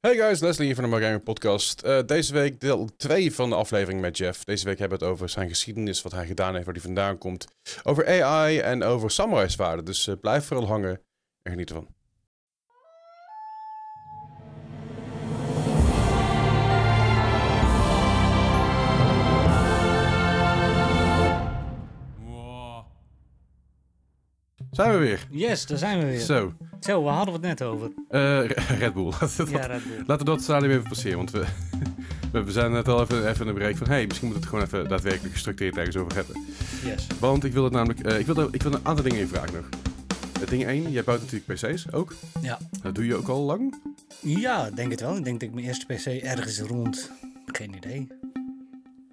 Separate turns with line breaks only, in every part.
Hey guys, Leslie hier van de Margamer Podcast. Eh, deze week deel 2 van de aflevering met Jeff. Deze week hebben we het over zijn geschiedenis, wat hij gedaan heeft, waar hij vandaan komt. Over AI en over samurai zwaarden. Dus eh, blijf vooral hangen en geniet ervan. Zijn we weer?
Yes, daar zijn we weer. Zo,
Zo,
waar hadden we het net over?
Eh, Red Bull. Dat- dat-
Ja, Red Bull.
Laten we dat stadium even passeren, want we, we zijn net al even, even in een break van... hey, misschien moet het gewoon even daadwerkelijk gestructureerd ergens over hebben.
Yes.
Want ik wil het namelijk... eh, ik, wil, ik wil een aantal dingen invragen nog. Eh, Ding 1, jij bouwt natuurlijk PC's ook.
Ja.
Dat doe je ook al lang.
Ja, ik denk het wel. Ik denk dat ik mijn eerste PC ergens rond, geen idee,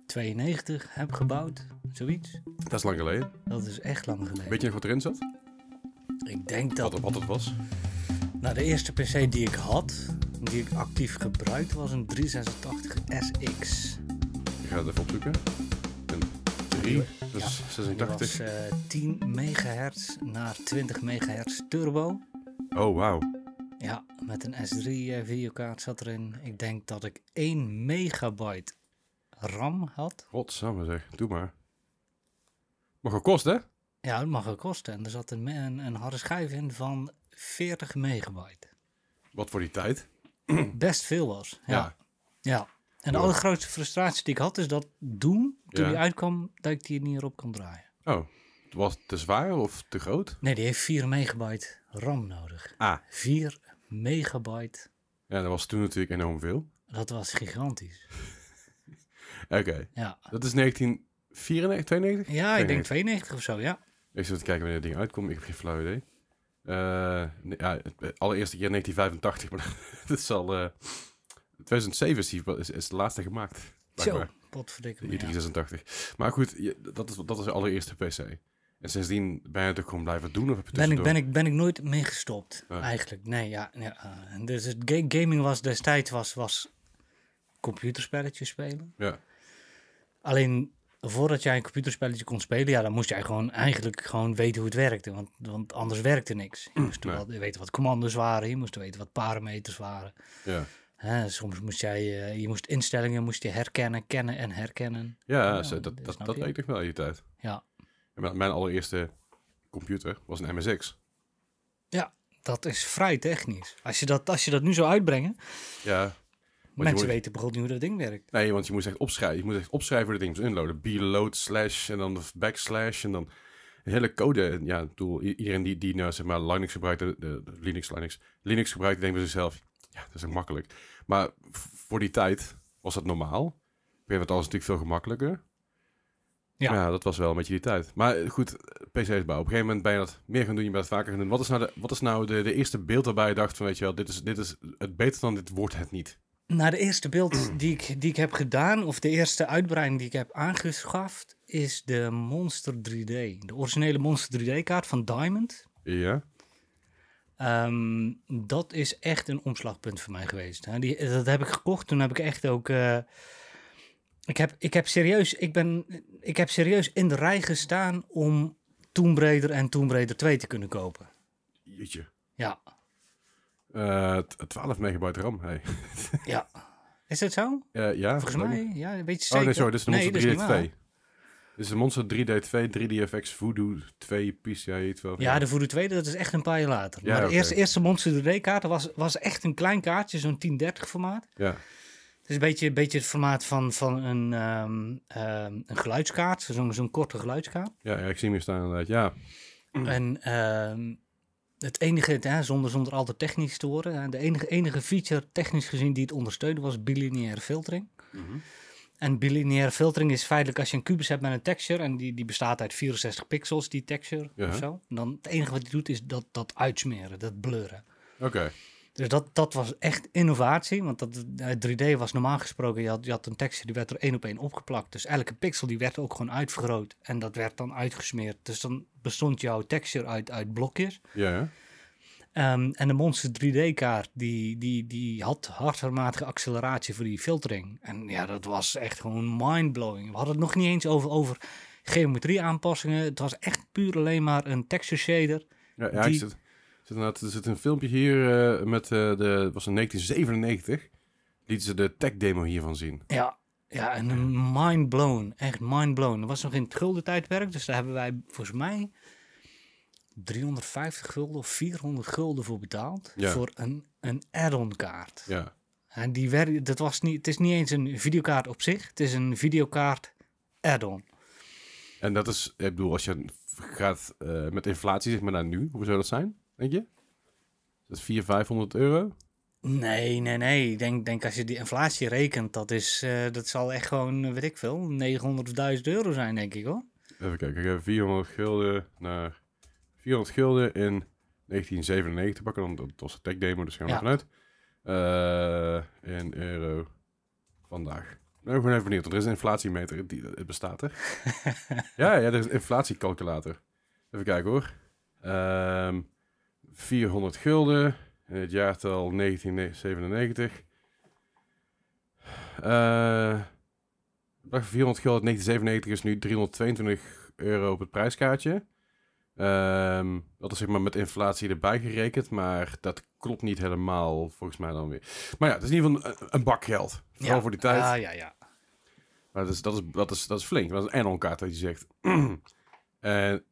92 heb gebouwd. Zoiets.
Dat is lang geleden.
Dat is echt lang geleden.
Weet je nog wat erin zat?
Ik denk dat.
Wat, wat het was?
Nou, de eerste PC die ik had, die ik actief gebruikte, was een 386 SX.
Ik ga het even opzoeken. Een 3, dat is
Die
86.
was eh 10 megahertz naar 20 megahertz turbo.
Oh, wauw.
Ja, met een S3-videokaart zat erin. Ik denk dat ik 1 megabyte RAM had.
Godsamme zeg, doe maar. Maar gekost, hè?
Ja, dat mag ook kosten. En er zat een, me- een, een harde schijf in van 40 megabyte.
Wat voor die tijd.
Best veel was. Ja. ja. En de
Ja.
allergrootste frustratie die ik had is dat Doom, toen
Ja.
die uitkwam, dat ik die niet erop kon draaien.
Oh, was het te zwaar of te groot?
Nee, die heeft 4 megabyte RAM nodig.
Ah,
4 megabyte,
ja, dat was toen natuurlijk enorm veel.
dat was gigantisch.
Oké,
Ja,
dat is 1994, 92?
ja ik denk
92.
92 of zo, ja.
Ik zit te kijken wanneer dat ding uitkomt, ik heb geen flauw idee. Eh, nee, ja, het- allereerste keer 1985, maar dat is al... eh, 2007 is, die, is, is de laatste gemaakt.
Zo,
blijkbaar.
potverdikke.
De
me, ja.
i386. Maar goed, je- dat is, dat is de allereerste PC. En sindsdien ben je het ook gewoon blijven doen? Of heb je
Ben ik,
tussendoor-
ben, ik, ben ik nooit mee gestopt,
Ah.
eigenlijk. Nee, ja. ja eh, en dus het ga- gaming was destijds was, was computerspelletjes spelen.
Ja,
Alleen voordat jij een computerspelletje kon spelen, ja, dan moest jij gewoon eigenlijk gewoon weten hoe het werkte. Want, want anders werkte niks. Je moest
nee.
wel weten wat commando's waren, je moest weten wat parameters waren.
ja.
Hè, soms moest jij, eh, je moest instellingen moest je herkennen, kennen en herkennen.
Ja,
Ja,
zo, dat,
dat
dat,
snap
dat
je.
weet ik wel uit die tijd.
Ja,
En Mijn, mijn allereerste computer was een MSX.
dat is vrij technisch. Als je dat, als je dat nu zou uitbrengen,
Ja,
mensen
wordt-
weten bijvoorbeeld niet hoe dat ding werkt.
Nee, want je moest echt opschrijven. Je moet echt opschrijven hoe dat ding moet inloaden. B-load slash en dan de backslash en dan een hele code. En Ja, ik bedoel, i- iedereen die, die nou, zeg maar Linux gebruikt, de, de- de Linux, Linux, Linux gebruikt, denkt bij zichzelf, ja, dat is ook makkelijk. Maar v- voor die tijd was dat normaal. Op een gegeven moment alles natuurlijk veel gemakkelijker.
Ja.
Ja. dat was wel een beetje die tijd. Maar eh, goed, PC's bouwen. Op een gegeven moment ben je dat meer gaan doen, je bent dat vaker gaan doen. Wat is nou de, wat is nou de, de eerste beeld waarbij je dacht van, weet je wel, dit is, dit is het beter dan dit wordt het niet.
Nou, de eerste
Mm.
beeld die ik, die ik heb gedaan, of de eerste uitbreiding die ik heb aangeschaft, is de Monster 3D. De originele Monster 3D-kaart van Diamond.
Ja?
Ehm, dat is echt een omslagpunt voor mij geweest. hè. Die, dat heb ik gekocht. Toen heb ik echt ook. eh, ik, heb, ik, heb serieus, ik, ben, ik heb serieus in de rij gestaan om Tomb Raider en Tomb Raider 2 te kunnen kopen.
Jeetje.
Ja,
Eh, t- 12 megabyte RAM, hey.
ja. Is dat zo?
Eh, ja,
Volgens
denk ik.
mij? Ja, weet je zeker?
Oh nee, sorry, dit is de
Nee,
Monster
dat is niet waar.
3D2. Dit is de Monster 3D2, 3DFX, Voodoo 2, PCIe 12.
Ja, de Voodoo 2, dat is echt een paar jaar later.
Ja,
maar de
oké.
eerste, eerste Monster 3D-kaart was, was echt een klein kaartje, zo'n 1030 formaat.
ja.
Het is een beetje, een beetje het formaat van, van een, ehm, ehm, een geluidskaart, zo'n zo'n korte geluidskaart.
Ja, ja, ik zie hem hier staan inderdaad. Ja,
En ehm, het enige, hè, zonder, zonder al te technisch te worden, hè, de enige, enige feature technisch gezien die het ondersteunde was bilineaire filtering. En bilineaire filtering is feitelijk als je een kubus hebt met een texture en die, die bestaat uit 64 pixels, die texture
Ja.
of zo. Dan het enige wat die doet is dat, dat uitsmeren, dat blurren.
oké.
Dus dat, dat was echt innovatie, want dat, eh, 3D was normaal gesproken, je had, je had een texture die werd er één op één opgeplakt. Dus elke pixel die werd ook gewoon uitvergroot en dat werd dan uitgesmeerd. Dus dan bestond jouw texture uit, uit blokjes.
Ja, ja.
Ehm, en de Monster 3D-kaart, die, die, die had hardwarematige acceleratie voor die filtering. En ja, dat was echt gewoon mindblowing. We hadden het nog niet eens over, over geometrie-aanpassingen. Het was echt puur alleen maar een texture shader.
ja, ja ik
Die-
zit, zit zit inderdaad- er zit een filmpje hier eh, met eh, de... Het was in 1997. Lieten ze de tech-demo hiervan zien.
Ja, ja en een mind blown. Echt mind blown. Dat was nog in het gulden tijdperk, dus daar hebben wij volgens mij 350 gulden of 400 gulden voor betaald.
Ja.
Voor een, een add-on kaart.
Ja.
En die werd, dat was niet, het is niet eens een videokaart op zich, het is een videokaart add-on.
En dat is... Ik bedoel, als je gaat eh, met inflatie zeg maar naar nu. Hoe zou dat zijn, denk je? Is Dat is 400, 500 euro.
Nee, nee, nee. Ik denk, denk als je die inflatie rekent, dat, is, eh, dat zal echt gewoon, eh, weet ik veel, 900 of 1000 euro zijn, denk ik hoor.
Even kijken, ik heb 400 gulden naar 400 gulden in 1997 pakken. Want dat was de tech demo, dus gaan we
Ja.
vanuit. Eh, in euro vandaag. Nou, Ik ben gewoon even benieuwd, want er is een inflatiemeter, die, het bestaat er. ja, ja, er is een inflatiecalculator. Even kijken hoor. Ehm, 400 gulden in het jaartal 1997. Eh, ik dacht 400 gulden uit 1997 is nu 322 euro op het prijskaartje. Ehm, dat is zeg maar met inflatie erbij gerekend, maar dat klopt niet helemaal volgens mij dan weer. Maar ja, het is in ieder geval een, een bak geld. Vooral voor die tijd.
Ja, ja, ja.
Maar dat is, dat is, dat is, dat is flink. Dat is een NL-kaart dat je zegt. en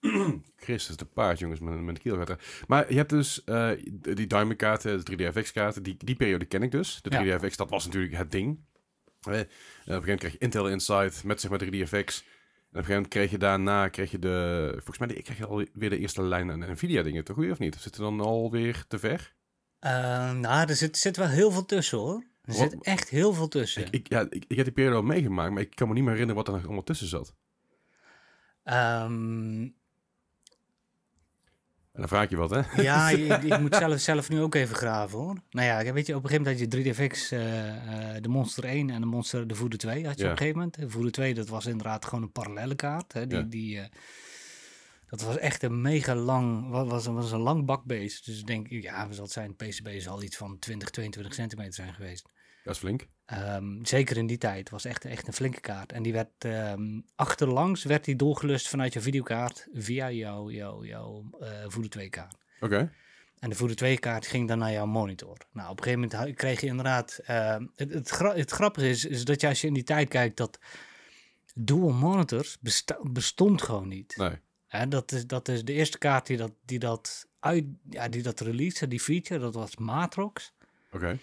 Christus de paard, jongens, met, met de keel gaat er. Maar je hebt dus eh, d- die Diamond-kaarten, de 3DFX-kaarten. Die, die periode ken ik dus. De
Ja.
3DFX, dat was natuurlijk het ding. Eh, en op een gegeven moment kreeg je Intel Insight met zeg maar 3DFX. En op een gegeven moment kreeg je daarna, kreeg je de... Volgens mij de- kreeg je alweer de eerste lijn aan NVIDIA-dingen, toch? Goed of niet? Zitten we dan alweer te ver?
Eh, nou, er zit, zit wel heel veel tussen hoor. Er
Wat-
zit echt heel veel tussen.
Ik, ik, ja, ik, ik heb die periode al meegemaakt, maar ik kan me niet meer herinneren wat er nog allemaal tussen zat.
Ehm,
En dan vraag ik je wat, hè?
ja, ik, ik moet zelf, zelf nu ook even graven hoor. Nou ja, weet je, op een gegeven moment had je 3DFX, eh, eh, de Monster 1 en de Monster, de Voodoo 2 had je
Ja.
op een gegeven moment. De Voodoo 2, dat was inderdaad gewoon een parallelle kaart. Hè, die,
Ja.
die, eh, dat was echt een mega lang, wa- was, een- was een lang bakbeest. Dus ik denk, ja, wat zal het zijn, PCB zal iets van 20, 22 centimeter zijn geweest.
Dat is flink.
Ehm, zeker in die tijd was echt, echt een flinke kaart. En die werd ehm, achterlangs werd die doorgelust vanuit je videokaart via jouw jouw jouw eh Voodoo 2 kaart.
Oké.
En de Voodoo 2 kaart ging dan naar jouw monitor. Nou, op een gegeven moment hu- kreeg je inderdaad... ehm, het, het, gra- het grappige is, is dat je als je in die tijd kijkt dat dual monitors besta- bestond gewoon niet.
Nee.
Hè, dat, is, dat is de eerste kaart die dat, die dat, uit, ja, die dat release, die feature, dat was Matrox.
Oké.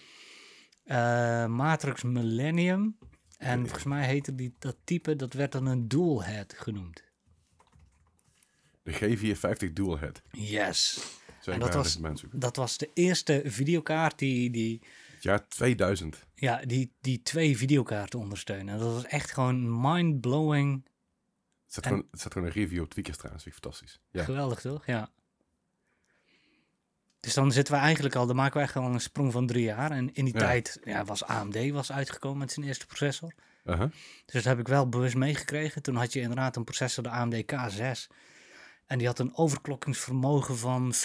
Eh, Matrix Millennium. En volgens mij heette die, dat type, dat werd dan een dual head genoemd.
De G450 Dual Head.
Yes.
Zeg
En
ik
dat
bij
was-
de mensen.
Dat was de eerste videokaart die, die,
Het jaar 2000.
ja, die, die twee videokaarten ondersteunen. En dat was echt gewoon mind-blowing.
Het staat,
En-
gewoon, het staat gewoon een review op Tweakers trouwens. Vind ik fantastisch. Ja.
Geweldig, toch? Ja. Dus dan zitten we eigenlijk al, dan maken we echt al een sprong van drie jaar. En in die
Ja.
tijd ja, was AMD was uitgekomen met zijn eerste processor.
Aha.
Dus dat heb ik wel bewust meegekregen. Toen had je inderdaad een processor, de AMD K6. En die had een overklokkingsvermogen van 50%.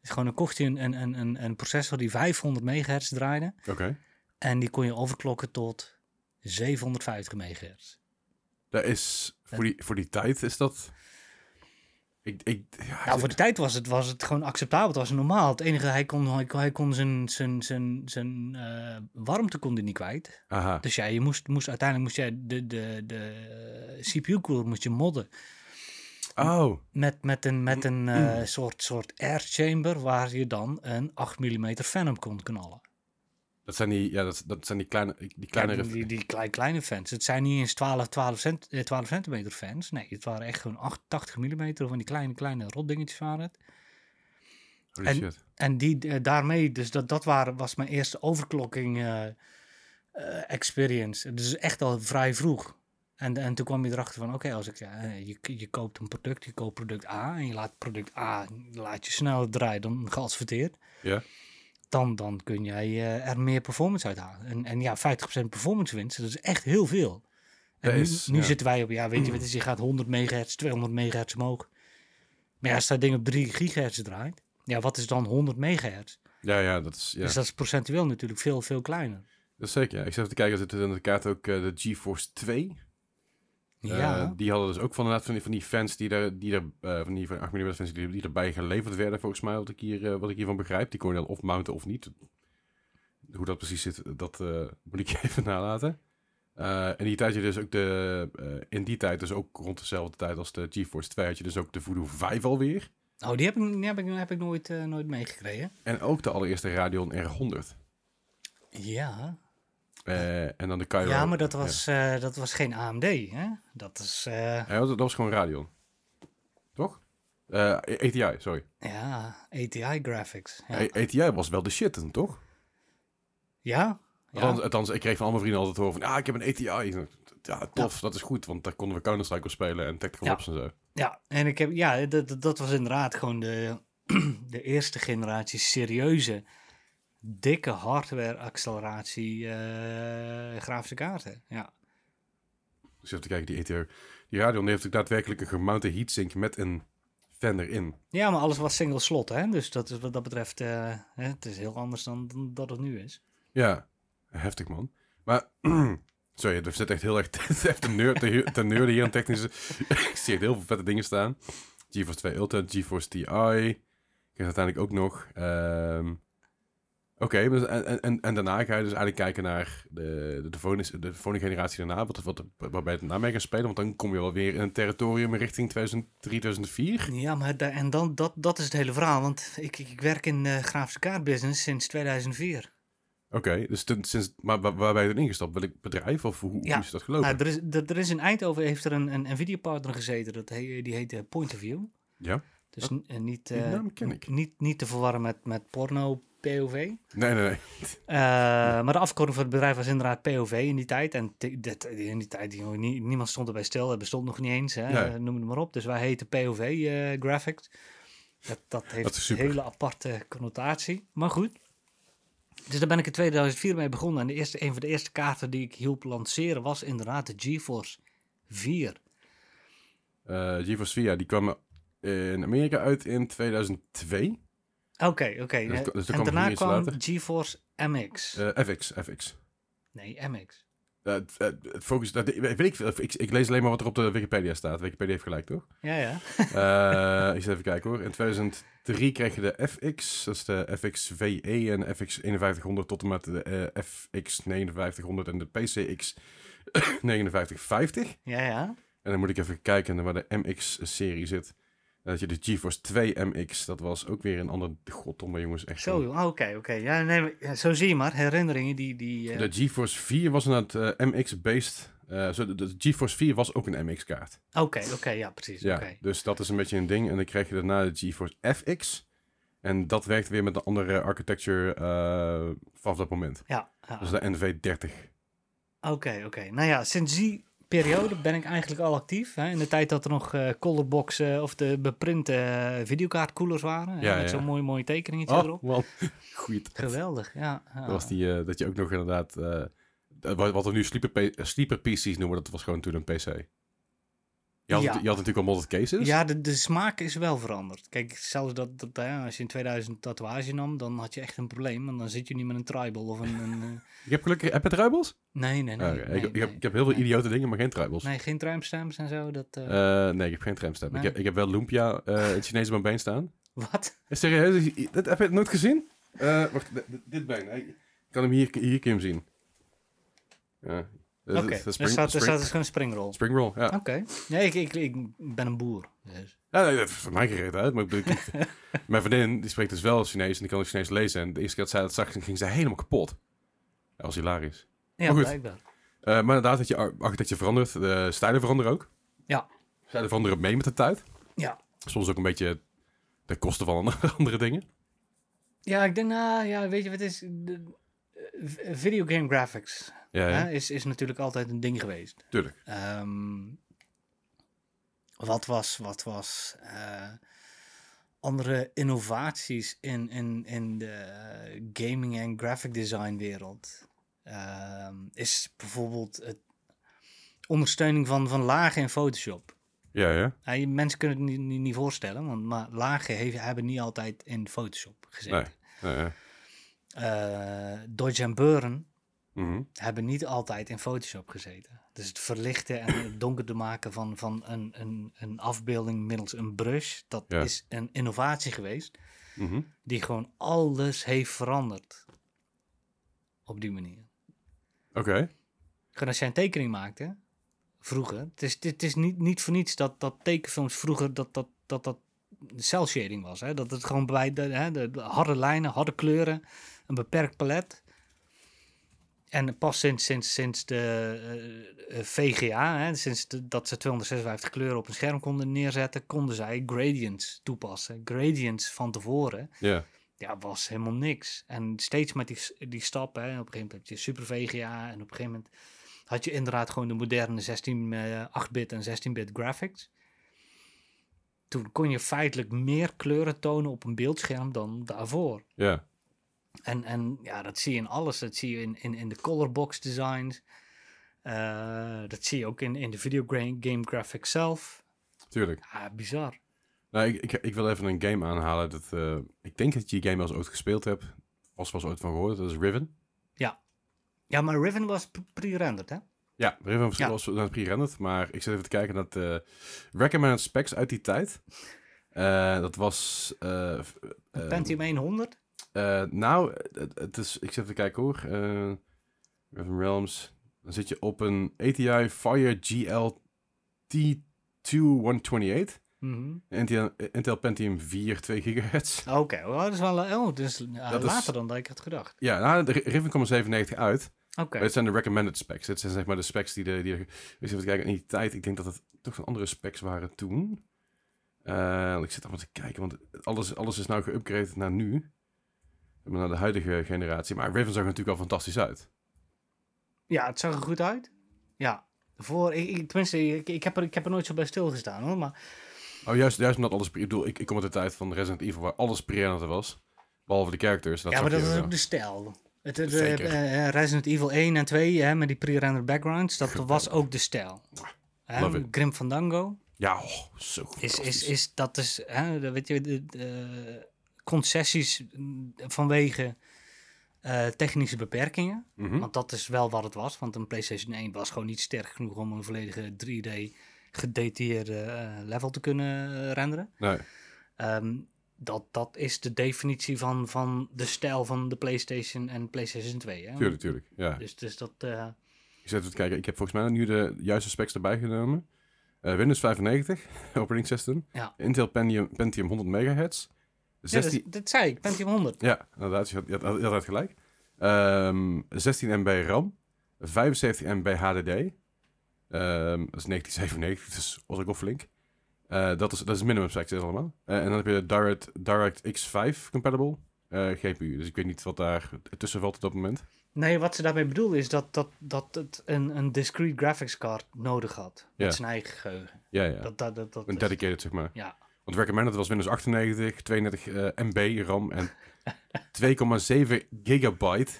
Dus gewoon dan kocht je een, een, een- een, een processor die 500 megahertz draaide.
Oké.
En die kon je overklokken tot 750 megahertz.
Dat is... Voor die, voor die tijd is dat... Ik... ik ja,
Nou, voor de tijd was het, was het gewoon acceptabel. Het was normaal. Het enige, hij kon, hij, kon- hij kon zijn, zijn, zijn, zijn eh, warmte kon hij niet kwijt.
Aha.
Dus ja, je moest, moest, uiteindelijk moest jij de, de, de CPU-cooler moest je modden.
Oh.
Met, met een, met een eh, soort, soort air chamber waar je dan een 8 mm fan op kon knallen.
Dat zijn die... Ja, dat, dat zijn die kleine... Die kleinere...
Ja, die, die klein, kleine fans. Het zijn niet eens 12, 12, cent, eh, 12 centimeter fans. Nee, het waren echt gewoon 8, 80 mm van die kleine, kleine rotdingetjes waren het.
Holy
en-
shit.
En die, eh, daarmee, dus dat, dat waren, was mijn eerste overklokking eh, eh, experience. Dus echt al vrij vroeg. En, en toen kwam je erachter van, oké, als ik, ja, eh, je, je koopt een product, je koopt product A en je laat product A, laat je sneller draaien dan geadverteerd.
Ja.
Dan, dan kun jij eh, er meer performance uit halen. En, en ja, 50% performance winst, dat is echt heel veel. En
Dat
nu,
is-
nu
ja.
zitten wij op, ja, weet je wat het is, je gaat 100 megahertz, 200 megahertz omhoog. Maar ja, als dat ding op 3 gigahertz draait, ja, wat is dan 100 megahertz?
Ja, ja, dat is... Ja.
Dus dat is procentueel natuurlijk veel, veel kleiner.
Dat is zeker, ja. Ik zat even te kijken, er zit in de kaart ook eh, de GeForce 2.
Ja.
Eh, die hadden dus ook van, inderdaad van, die, van die fans die er, die er eh, van die van 8 mm fans die, die erbij geleverd werden, volgens mij, wat ik, hier, eh, wat ik hiervan begrijp. Die kon je dan of mounten of niet. Hoe dat precies zit, dat eh, moet ik je even nalaten. Eh, en die tijd had je dus ook de, eh, in die tijd, dus ook rond dezelfde tijd als de GeForce 2, had je dus ook de Voodoo 5 alweer.
Oh, die heb ik, die heb ik, heb ik nooit, eh, nooit meegekregen.
En ook de allereerste Radeon R100.
Ja.
Eh, en dan de Cairo.
ja, maar dat was, eh, dat was geen AMD, hè? Dat is... eh,
Ja, dat, dat was gewoon Radeon. Toch? Eh, ATI, sorry.
ja, ATI graphics. Ja.
A- ATI was wel de shit, toen, toch?
ja? Ja.
Althans, althans, eh, ik kreeg van allemaal vrienden altijd horen van, ah, ik heb een ATI. Ja, tof, dat is goed, want daar konden we Counter-Strike op spelen en Tactical
Ja.
Ops en zo.
Ja, en ik heb, ja, dat, dat- dat was inderdaad gewoon de, de eerste generatie serieuze, dikke hardware acceleratie eh, grafische kaarten. Ja.
Dus je hebt te kijken, die ATI, die radio, die heeft ook daadwerkelijk een gemounte heatsink met een fan erin.
ja, maar alles was single slot, hè? Dus dat is wat dat betreft, eh, hè, het is heel anders dan, dan dat het nu is.
Ja, heftig man. Maar, sorry, we zitten echt heel erg te, te, neur, te, te neurden hier aan technische. ik zie echt heel veel vette dingen staan. GeForce 2 Ultra, GeForce TI. Ik heb uiteindelijk ook nog. ehm, Oké, maar- en, en, en daarna ga je dus eigenlijk kijken naar de, de, de, volgende- de volgende generatie daarna, wat, wat, waarbij het na mee gaat spelen. Want dan kom je wel weer in een territorium richting 2003, 2004.
Ja, maar da- en dan, dat, dat is het hele verhaal, want ik, ik, ik werk in de grafische kaartbusiness sinds 2004.
Oké, dus ten- sinds, maar waar, waar ben je toen ingestapt? Welk bedrijf of hoe, hoe
Ja.
is dat gelopen?
Nou, er, is, er, er is in Eindhoven heeft er een, een Nvidia-partner gezeten, dat he- die heette Point of View.
ja,
Dus n- eh, niet,
Ah, die
eh,
naam ken ik.
niet, niet te verwarren met, met porno POV.
Nee, nee, nee.
Eh, Maar de afkorting van het bedrijf was inderdaad POV in die tijd. En ti- dit, in die tijd, joh, nie- niemand stond erbij stil. Het bestond nog niet eens, hè?
Nee.
Eh, noem het maar op. Dus wij heten POV eh, Graphics. Dat, dat heeft
Dat is
een
super.
hele aparte connotatie. Maar goed. Dus daar ben ik in 2004 mee begonnen. En de eerste, een van de eerste kaarten die ik hielp lanceren was inderdaad de GeForce 4.
Eh, GeForce Via, die kwamen in Amerika uit in 2002.
Oké, oké.
Dus
eh,
dat- dus dat
en
kwam
daarna
vier jaar
kwam
later.
GeForce MX.
Eh, FX, FX.
nee, MX.
Eh, het- het- het focus, dat, weet ik, veel. ik, ik lees alleen maar wat er op de Wikipedia staat. Wikipedia heeft gelijk, toch?
Ja, ja.
Eh, ik zit even kijken hoor. In 2003 kreeg je de FX, dat is de FX VE E en FX 5100 tot en met de eh, FX 5900 en de PCX 5950.
Ja, ja.
En dan moet ik even kijken naar waar de MX-serie zit. Dat je de GeForce 2 MX, dat was ook weer een ander... Goddomme jongens, echt
Zo,
een-
joh. Ah, oké, oké. Ja, nee, maar, ja, zo zie je maar. Herinneringen die... die eh,
De GeForce 4 was inderdaad eh, MX-based. eh, zo de, de GeForce 4 was ook een MX-kaart.
Oké, oké. ja, precies.
Ja,
oké.
dus dat is een beetje een ding. En dan krijg je daarna de GeForce FX. En dat werkt weer met een andere architecture eh, vanaf dat moment.
Ja. ja.
Dat is de NV30.
Oké, oké. Nou ja, sinds die periode ben ik eigenlijk al actief. Hè? In de tijd dat er nog eh, colorboxen of de beprinte eh, videokaartkoelers waren. hè,
Ja,
met
ja.
zo'n mooi, mooi tekeningetje
Oh,
erop.
wel. Goed.
Geweldig, ja. ja.
Dat was die, eh, dat je ook nog inderdaad... eh, wat wat we nu sleeper, P- eh, sleeper PC's noemen, dat was gewoon toen een PC. Je had,
Ja.
je had natuurlijk al modded cases.
Dus? Ja, de, de smaak is wel veranderd. Kijk, zelfs dat, dat ja, als je in 2000 tatoeage nam, dan had je echt een probleem. Want dan zit je niet met een tribal of een... een eh,
Ik heb gelukkig... Heb je tribals?
Nee, nee, nee.
Oké,
nee,
ik, ik, heb,
nee,
ik heb heel veel
nee.
idiote dingen, maar geen tribals.
Nee, geen tramstamps en zo. Dat, eh,
Eh, nee, ik heb geen tramstamp.
Nee.
Ik, heb, ik heb wel Lumpia, eh het Chinese op mijn been staan.
Wat?
Eh, Serieus, i- dat, heb je het nooit gezien? Eh, wacht, d- d- dit been. Eh, Ik kan hem hier, hier kun je hem zien. Ja. Eh,
Oké,
dat- dat
er
spring-
staat, er
spring-
staat dus gewoon springrol.
Springroll, ja.
Oké. Nee, ik, ik, ik ben een boer. Dus.
Ja, nee, dat is voor mij gereed uit. Maar ik bedoel, ik- mijn vriendin die spreekt dus wel Chinees en die kan ook Chinees lezen. En de eerste keer dat zij dat zag, ging zij helemaal kapot. Dat was hilarisch.
Ja,
Maar goed.
blijkbaar.
Eh, maar inderdaad, dat je ar- architectuur verandert. De stijlen veranderen ook.
Ja.
Stijlen veranderen mee met de tijd.
Ja.
Soms ook een beetje ten koste van andere dingen.
Ja, ik denk, nou ja, weet je wat het is? De, eh, v- videogame graphics
Ja, ja.
hè, is, is natuurlijk altijd een ding geweest.
Tuurlijk.
Ehm, wat was, wat was eh, andere innovaties in, in, in de eh, gaming en graphic design wereld? Ehm, is bijvoorbeeld het ondersteuning van, van lagen in Photoshop.
Ja, ja.
Ja, je- mensen kunnen het niet, niet, niet voorstellen, want, maar lagen heeft, hebben niet altijd in Photoshop gezeten.
Nee. Ja, ja.
Eh, Dodge en Beuren
Mhm.
hebben niet altijd in Photoshop gezeten. Dus het verlichten en het donkerder maken van, van een, een, een afbeelding middels een brush, dat
Ja.
is een innovatie geweest
mhm.
die gewoon alles heeft veranderd. Op die manier.
Oké.
Gewoon als jij een tekening maakte, vroeger, het is, het is niet, niet voor niets dat, dat tekenfilms vroeger dat dat, dat, dat cel shading was. Hè? Dat het gewoon bij de, hè, de, de harde lijnen, harde kleuren, een beperkt palet. En pas sinds, sinds, sinds de eh, eh, VGA, hè, sinds de- dat ze 256 kleuren op een scherm konden neerzetten, konden zij gradients toepassen. Gradients van tevoren
Ja.
ja, was helemaal niks. En steeds met die, s- die stappen, hè, op een gegeven moment heb je Super VGA en op een gegeven moment had je inderdaad gewoon de moderne 16, eh, 8-bit en 16-bit graphics. Toen kon je feitelijk meer kleuren tonen op een beeldscherm dan daarvoor.
Ja.
En, en ja, dat zie je in alles. Dat zie je in, in, in de colorbox designs. Eh, dat zie je ook in, in de videogame game graphics zelf.
Tuurlijk.
Ja, bizar.
Nou, ik, ik, ik wil even een game aanhalen. Dat, eh, ik denk dat je die game wel eens ooit gespeeld hebt. Als was ooit van gehoord. Dat is Riven.
Ja, maar Riven was p- pre-rendered, hè?
Ja, Riven was,
Ja.
was naar pre-rendered. Maar ik zit even te kijken naar de recommended specs uit die tijd. Eh, dat was... eh, v- eh,
Pentium 100?
eh, nou, het, het is, ik zit even te kijken hoor. Eh, Riven Realms. Dan zit je op een ATI Fire GLT2128.
Mhm.
Intel, Intel Pentium 4, 2 gigahertz.
Oké, wel, dat is wel eh, oh, dus, eh,
Dat is-
later dan dat ik had gedacht.
Ja, nou, de Riven kwam in 97 uit.
Oké,
Maar dit zijn de recommended specs. Dit zijn zeg maar de specs die de... Die, ik zit even te kijken in die tijd. Ik denk dat het toch van andere specs waren toen. Eh, ik zit allemaal te kijken, want alles, alles is nou geüpgraded naar nu. Maar Naar de huidige generatie. Maar Riven zag er natuurlijk al fantastisch uit.
ja, het zag er goed uit. Ja, voor, ik, ik, tenminste, ik, ik, heb er, ik heb er nooit zo bij stilgestaan hoor, maar
Oh, juist, juist omdat alles... pre- Ik bedoel, ik, ik kom uit de tijd van Resident Evil waar alles pre was. Behalve de characters. Dat
ja, maar
zag
dat
je
is
wel.
ook de stijl. Het, het,
Zeker.
eh, eh, Resident Evil 1 en 2, hè, met die pre-rendered backgrounds, dat was ook de stijl. Hè,
Love it.
Grim Fandango
Ja, oh, zo
is, is,
fantastisch.
is, dat is, hè, dat weet je, de, de, eh, concessies mm, vanwege eh, technische beperkingen.
Mhm.
Want dat is wel wat het was. Want een PlayStation 1 was gewoon niet sterk genoeg om een volledige 3D gedetailleerde eh, level te kunnen eh, renderen.
Nee,
Ehm, dat, dat is de definitie van, van de stijl van de PlayStation en PlayStation 2. Hè?
tuurlijk, tuurlijk. Ja.
Dus, dus dat. eh,
Ik zit even te kijken. Ik heb volgens mij nu de juiste specs erbij genomen. Eh, Windows 95, operating system.
Ja.
Intel Pentium, Pentium 100 megahertz.
ja, dat,
16... Ja,
dat dus zei ik, Pentium 100.
inderdaad. Je had, je had, je had gelijk. Ehm, 16 MB RAM. 75 MB HDD. Ehm, dat is 1997, dus was ik wel flink. Eh, dat, is, dat is minimum specs, dit allemaal. Eh, en dan heb je de Direct, DirectX 5 compatible eh, GPU. Dus ik weet niet wat daar tussen valt op dat moment.
Nee, wat ze daarmee bedoelde is dat, dat, dat het een, een discrete graphics card nodig had.
Ja.
Met zijn eigen geheugen.
Ja, ja.
Dat, dat, dat, dat
Een
is-
dedicated, zeg maar.
Ja.
Want recommended was Windows 98, 32 eh, MB RAM en 2,7 gigabyte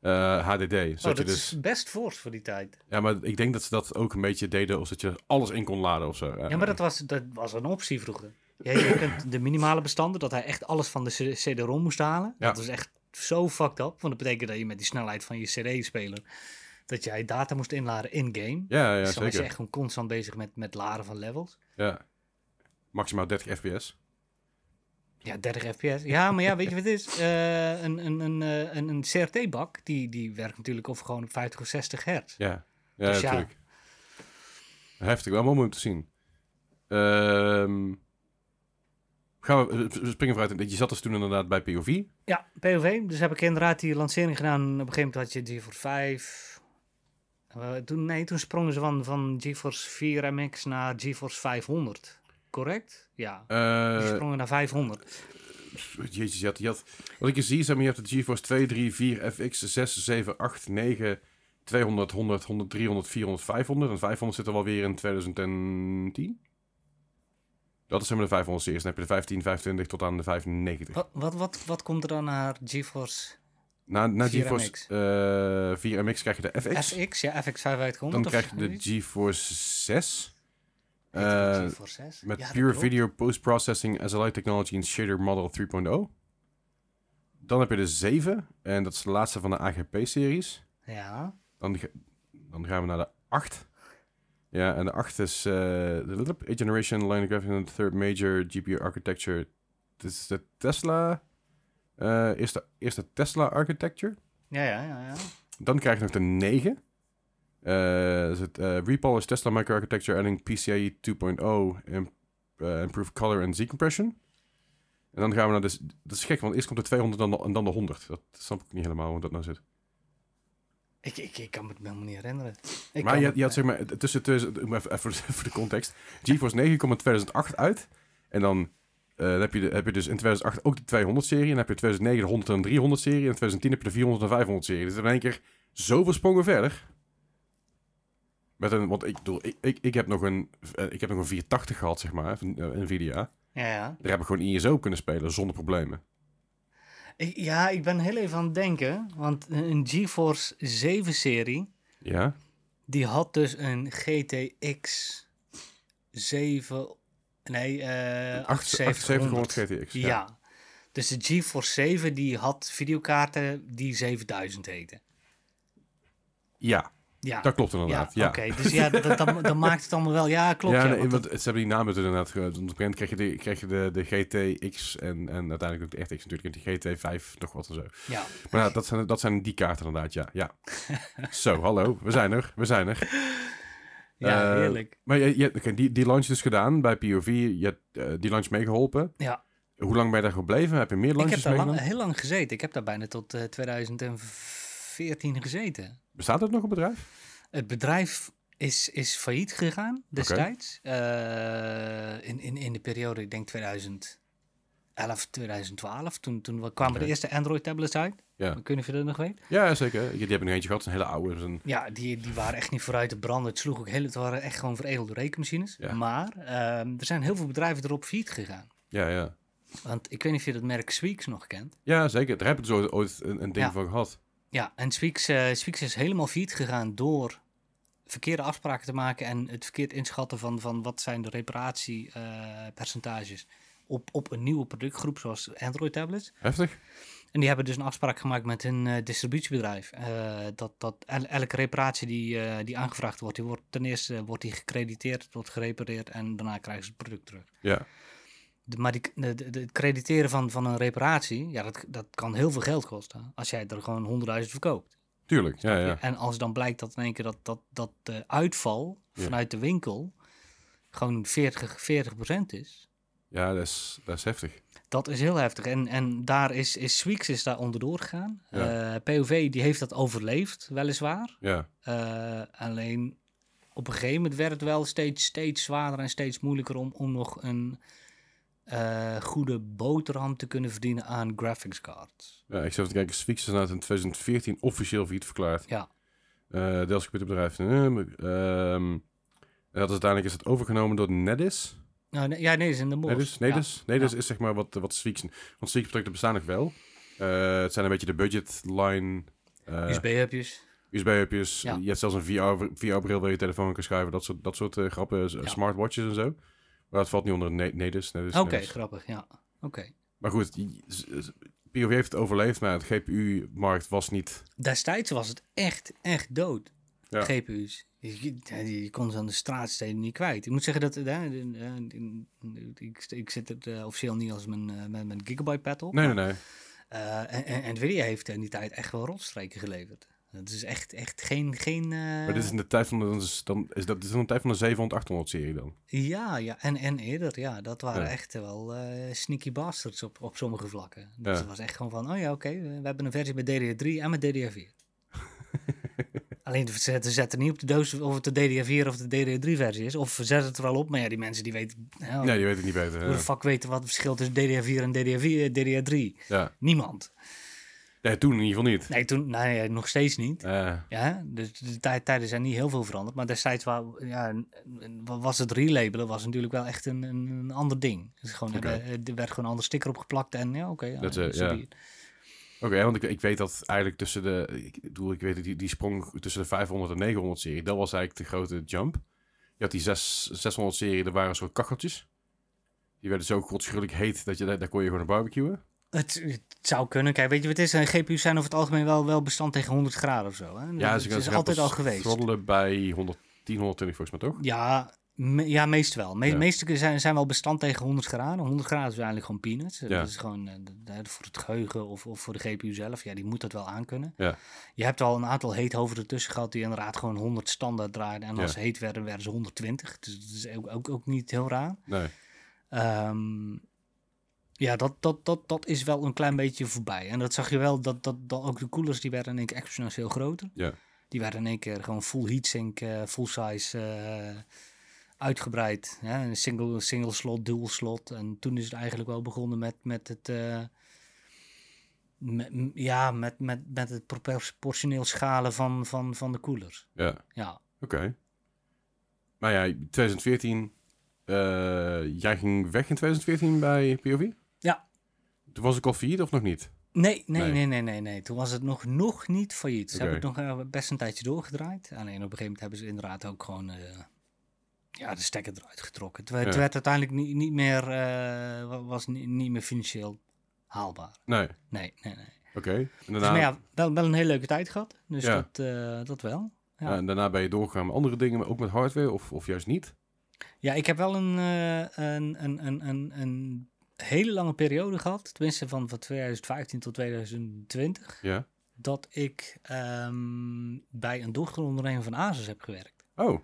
eh, HDD.
Oh,
Zodat je
dat
dus,
is best fors voor die tijd.
Ja, maar ik denk dat ze dat ook een beetje deden, of dat je alles in kon laden of zo. Eh,
Ja, maar dat was, dat was een optie vroeger. Ja, je kunt de minimale bestanden, dat hij echt alles van de C- CD-ROM moest halen.
Ja.
Dat was echt zo fucked up. Want dat betekent dat je met die snelheid van je CD-speler, dat jij data moest inladen in-game.
ja, ja
dus dan was je
zeker.
echt gewoon constant bezig met, met laden van levels.
Ja. Maximaal 30 fps.
Ja, 30 fps. Ja, maar ja, weet je wat het is? Eh, een een, een, eh, een, een CRT-bak, die, die werkt natuurlijk of gewoon op 50 of 60 hertz.
Ja, ja
Dus ja.
natuurlijk. Heftig, wel mooi om te zien. Ehm, gaan we, we springen vooruit. Je zat dus toen inderdaad bij POV.
Ja, POV. Dus heb ik inderdaad die lancering gedaan. Op een gegeven moment had je GeForce 5. Eh, toen, nee, toen sprongen ze van, van GeForce 4 MX naar GeForce 500. Correct? Ja.
Eh,
Die sprongen naar 500.
Jezus, je had, je had, wat ik hier zie, zeg maar, je hebt de GeForce 2, 3, 4, FX, 6, 7, 8, 9, 200, 100, 100, 300, 400, 500. En 500 zit er wel weer in 2010. Dat is zeg maar de 500 series. Dan heb je de 15, 25 tot aan de 95.
Wat, wat, wat, wat komt er dan naar GeForce
Na, na
4MX.
GeForce eh, 4MX krijg je de FX.
FX? Ja, FX 5500.
Dan
of
krijg je de
zoiets?
GeForce 6.
Heet het
eh,
GeForce 6?
Met
Ja, dat
Pure
klopt.
Video Post Processing, SLI Technology en Shader Model 3.0. oh. Dan heb je de 7. En dat is de laatste van de AGP-series.
Ja.
Dan, ga- dan gaan we naar de 8. Ja, en de 8 is eh de A Generation Line of Graphics and Third Major GPU Architecture. Dit is de Tesla. eh eerste, eerste Tesla Architecture.
Ja, ja, ja. ja.
Dan krijg je nog de 9. Eh, dat is het eh Repolish Tesla Microarchitecture adding PCIe 2.0 oh, imp- eh, Improve Color and Z Compression. En dan gaan we naar de... s- Dat is gek, want eerst komt de 200 dan de- en dan de 100. Dat snap ik niet helemaal hoe dat nou zit.
Ik, ik, ik kan me het me helemaal niet herinneren. Ik
maar
kan
je,
het-
je had zeg maar... t- Tussen, tussen, om even, even voor de- voor de context. GeForce 9 komt in 2008 uit. En dan, eh, dan heb, je de- heb je dus in 2008 ook de 200-serie. En dan heb je in 2009 de 100 en 300-serie. En in 2010 heb je de 400 en 500-serie. Dus in één keer zoveel sprongen verder. Met een, want ik bedoel, ik, ik, ik, heb nog een, eh, ik heb nog een 480 gehad, zeg maar, van eh, Nvidia.
Ja, ja.
Daar heb ik gewoon ISO kunnen spelen zonder problemen.
Ik, ja, ik ben heel even aan het denken. Want een GeForce 7-serie,
Ja?
die had dus een GTX 7... Nee, eh
700
8700.
GTX.
Ja. Dus de GeForce 7 die had videokaarten die 7000 heten.
Ja,
Ja.
dat klopt inderdaad. Ja,
Oké, dus ja, dat, dat, dat maakt het allemaal wel. Ja, klopt. Ja,
ja, nee,
want
want ze hebben die namen toen inderdaad ge- want Op een gegeven moment kreeg je de, kreeg je de, de GTX en, en uiteindelijk ook de RTX natuurlijk. En die GT5 nog wat en zo.
dat- ja.
Maar ja, dat, zijn, dat zijn die kaarten inderdaad, ja. ja. zo, hallo, we zijn er, we zijn er.
ja,
Eh,
heerlijk.
Maar je, je, oké, die, die launch dus gedaan bij POV. Je hebt eh, die launch meegeholpen.
Ja.
Hoe lang ben je daar gebleven? Heb je meer
Ik
launches
heb daar lang,
meegedaan?
heel lang gezeten. Ik heb daar bijna tot eh, 2014 gezeten.
Bestaat dat nog een bedrijf?
Het bedrijf is, is failliet gegaan destijds. Eh, in, in, in de periode, ik denk 2011, 2012. Toen, toen we- kwamen
Oké.
de eerste Android-tablets uit.
Ja.
Ik weet niet of je dat nog weet.
Ja, zeker. Je- Die heb ik nog eentje gehad. Een hele oude. dus Een,
Ja, die, die waren echt niet vooruit te branden. Het sloeg ook heel, het waren echt gewoon veredelde rekenmachines.
Ja.
Maar ehm, er zijn heel veel bedrijven erop failliet gegaan.
ja, ja.
Want ik weet niet of je dat merk Sweeks nog kent.
Ja, zeker. Daar heb ik dus ooit, ooit een, een ding
Ja.
van gehad.
Ja, en Sweeks, eh, Sweeks is helemaal failliet gegaan door verkeerde afspraken te maken en het verkeerd inschatten van, van wat zijn de reparatiepercentages eh, op, op een nieuwe productgroep zoals Android tablets.
Heftig.
En die hebben dus een afspraak gemaakt met hun eh, distributiebedrijf. eh, dat dat el- elke reparatie die, eh, die aangevraagd wordt, die wordt ten eerste eh, wordt die gecrediteerd, wordt gerepareerd en daarna krijgen ze het product terug.
Ja.
De- maar die, de, de- de- het crediteren van, van een reparatie, ja, dat, dat kan heel veel geld kosten. Als jij er gewoon 100.000 verkoopt.
Tuurlijk. Ja, ja.
En als dan blijkt dat in één keer dat, dat, dat de uitval
Ja.
vanuit de winkel gewoon 40, 40% is.
Ja, dat is, dat is heftig.
Dat is heel heftig. En, en daar is, is Sweeks is daar onderdoor gegaan.
Ja.
Eh, POV die heeft dat overleefd, weliswaar.
Ja.
Eh, alleen op een gegeven moment werd het wel steeds, steeds zwaarder en steeds moeilijker om, om nog een eh, goede boterham te kunnen verdienen aan graphics cards.
ja ik zat even te kijken. Swix is inderdaad in 2014 officieel failliet verklaard.
Ja.
eh Dels computerbedrijf. ehm, ehm, en dat is uiteindelijk is het overgenomen door Nedis.
Nou, nee, ja, nee, dat is in de mos.
Nedis,
Ja.
Nedis, Nedis is zeg maar wat, wat Sweeks. Want Sweeks producten bestaan nog wel. Eh, het zijn een beetje de budget line. eh,
USB-hubjes.
USB-hubjes.
Ja.
Je hebt zelfs een VR-bril waar je je telefoon in kan schuiven. Dat soort, dat soort eh, grappen. z-
Ja.
Smartwatches en zo. Maar dat valt niet onder Ne- Nedis. Nedis
Oké,
Nedis.
grappig, ja. Oké.
Maar goed, die- z- z- POV heeft het overleefd. Maar het GPU-markt was niet...
Destijds was het echt, echt dood.
Ja.
GPU's. Je, je- je kon ze aan de straatsteden niet kwijt. Ik moet zeggen dat... eh, eh, eh, ik, ik zit het eh, officieel niet als mijn, eh, mijn, mijn Gigabyte pad op.
Nee, nee, nee.
Eh, en, en Nvidia heeft eh, in die tijd echt wel rotstreken geleverd. Het is echt, echt geen... geen eh,
Maar dit is in de tijd van de, dan is, dan is dat, dit is in de tijd van de 700-800-serie dan.
Ja, ja. En, en eerder, ja. Dat waren
Ja.
echt wel eh, sneaky bastards op, op sommige vlakken. Dus
Ja.
het was echt gewoon van... Oh ja, oké. we hebben een versie met DDR3 en met DDR4. Alleen ze zetten- zetten niet op de doos of het de DDR4 of de DDR3 versie is. Of ze zetten het er wel op. Maar ja, die mensen die weten... nou,
Nee, die weet het niet beter. ja.
Hoe de fuck weten wat het verschil tussen DDR4 en DDR4, DDR3?
Ja.
Niemand.
Nee, toen in ieder geval niet.
Nee, toen... Nee, nog steeds niet.
Eh,
Ja, dus de tij- tijden zijn niet heel veel veranderd. Maar destijds wa- ja, n- n- was het relabelen was natuurlijk wel echt een, een, een ander ding. Het is gewoon,
Oké.
eh, er werd gewoon een ander sticker opgeplakt en ja, oké. ja,
Dat, eh,
zo
ja.
die-
Oké, want ik, ik weet dat eigenlijk tussen de... Ik bedoel, ik weet dat die, die sprong tussen de 500 en 900 serie, dat was eigenlijk de grote jump. Je had die 6, 600 serie, er waren een soort kacheltjes. Die werden zo godschuwelijk heet dat je daar, daar kon je gewoon een barbecuen.
Het, het zou kunnen. Kijk, weet je wat het is? Eh, GPU's zijn over het algemeen wel, wel bestand tegen 100 graden of zo. Hè?
Ja,
Dat
ze,
is
gaan
altijd
pas
al geweest.
throttelen bij 110, 120 volgens mij toch?
Ja, me- ja, meest wel. Me,
Ja.
Meeste zijn, zijn wel bestand tegen 100 graden. 100 graden is eigenlijk gewoon peanuts.
Ja.
Dat is gewoon eh, d- d- voor het geheugen of, of voor de GPU zelf. Ja, die moet dat wel aankunnen.
Ja.
Je hebt al een aantal heethoven ertussen gehad die inderdaad gewoon 100 standaard draaiden. En als
Ja.
ze heet werden, werden ze 120. Dus dat is ook, ook, ook niet heel raar.
Nee.
Ehm, ja, dat, dat, dat, dat is wel een klein beetje voorbij. En dat zag je wel, dat, dat, dat ook de koelers die werden in één keer exponentieel groter.
Ja.
Die werden in één keer gewoon full heatsink, eh, full size eh, uitgebreid. Ja, een single, single slot, dual slot. En toen is het eigenlijk wel begonnen met, met het... eh, met- m- ja, met, met, met het proportioneel schalen van, van, van de koelers.
Ja.
Ja.
Oké. Maar ja, 2014. eh, jij ging weg in 2014 bij POV?
Ja.
Toen was ik al failliet of nog niet?
Nee, nee,
Nee.
nee, nee, nee, nee. Toen was het nog, nog niet failliet. Ze
Oké.
hebben het nog eh, best een tijdje doorgedraaid. Alleen op een gegeven moment hebben ze inderdaad ook gewoon eh, ja, de stekker eruit getrokken. Het, werd- het
Ja.
werd uiteindelijk niet, niet meer, eh, wa- was niet, niet meer financieel haalbaar.
Nee.
Nee, nee, nee.
Oké. En,
Dus,
daarna-
maar ja, wel, wel een hele leuke tijd gehad. Dus
Nou, Ja.
dat, eh, dat wel. ja.
ja, en daarna ben je doorgegaan met andere dingen, maar ook met hardware of, of juist niet?
Ja, ik heb wel een, eh, een, een, een, een, een hele lange periode gehad. Tenminste, van, van 2015 tot 2020.
Ja.
Dat ik ehm, bij een dochteronderneming van ASUS heb gewerkt.
Oh,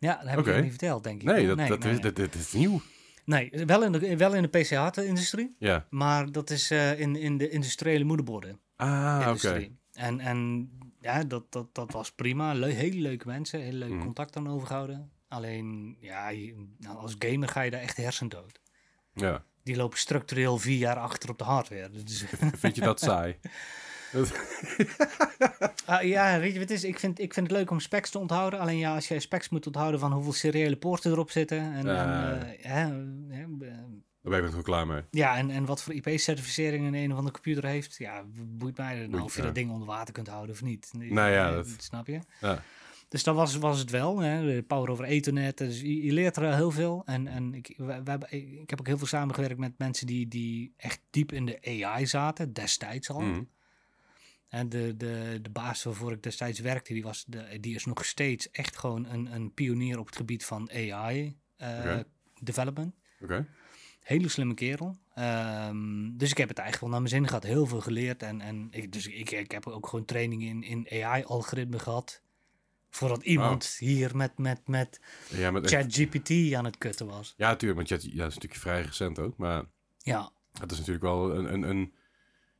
Ja, dat heb
Oké.
ik nog niet verteld, denk ik.
nee,
hoor.
dat, dat,
nee,
is, dat, dat is nieuw.
nee. Nee, wel in de, wel in de PC-hardware-industrie.
Ja.
Maar dat is eh, in, in de industriële moederborden.
Ah, oké.
industrie. En, en ja, dat, dat, dat was prima. Leu- hele leuke mensen, hele leuk
Mhm.
contact aan overgehouden. Alleen, ja, je- nou, als gamer ga je daar echt hersendood.
Ja.
Die lopen structureel vier jaar achter op de hardware. Dat is-
Vind je dat saai? Dat-
Ah, ja, weet je wat het is? Ik vind, ik vind het leuk om specs te onthouden. Alleen ja, als jij specs moet onthouden van hoeveel seriële poorten erop zitten. En, en,
Eh.
eh, hè, hè,
Daar ben ik nog klaar mee.
Ja, en, en wat voor IP-certificering een een of andere computer heeft. Ja, boeit mij er nou
Boeit-
of je
ja.
dat ding onder water kunt houden of niet.
Nou ja,
Eh,
dat-
Snap je?
Ja.
Dus dat was, was het wel. Hè? de Power over Ethernet. Dus je, je leert er wel heel veel. En, en ik, wij, wij hebben- ik heb ook heel veel samengewerkt met mensen die, die echt diep in de AI zaten. Destijds al.
Mhm.
En de, de, de baas waarvoor ik destijds werkte, die, was de, die is nog steeds echt gewoon een, een pionier op het gebied van AI eh,
Oké.
development.
Oké.
Hele slimme kerel. Ehm, dus ik heb het eigenlijk wel naar mijn zin gehad. Heel veel geleerd. En, en ik, dus ik, ik heb ook gewoon training in, in AI-algoritme gehad. Voordat iemand hier met, met, met
Ja, met echt-
ChatGPT aan het kutten was.
ja, tuurlijk, want ja, dat is natuurlijk vrij recent ook, maar...
Ja,
Dat is natuurlijk wel een, een, een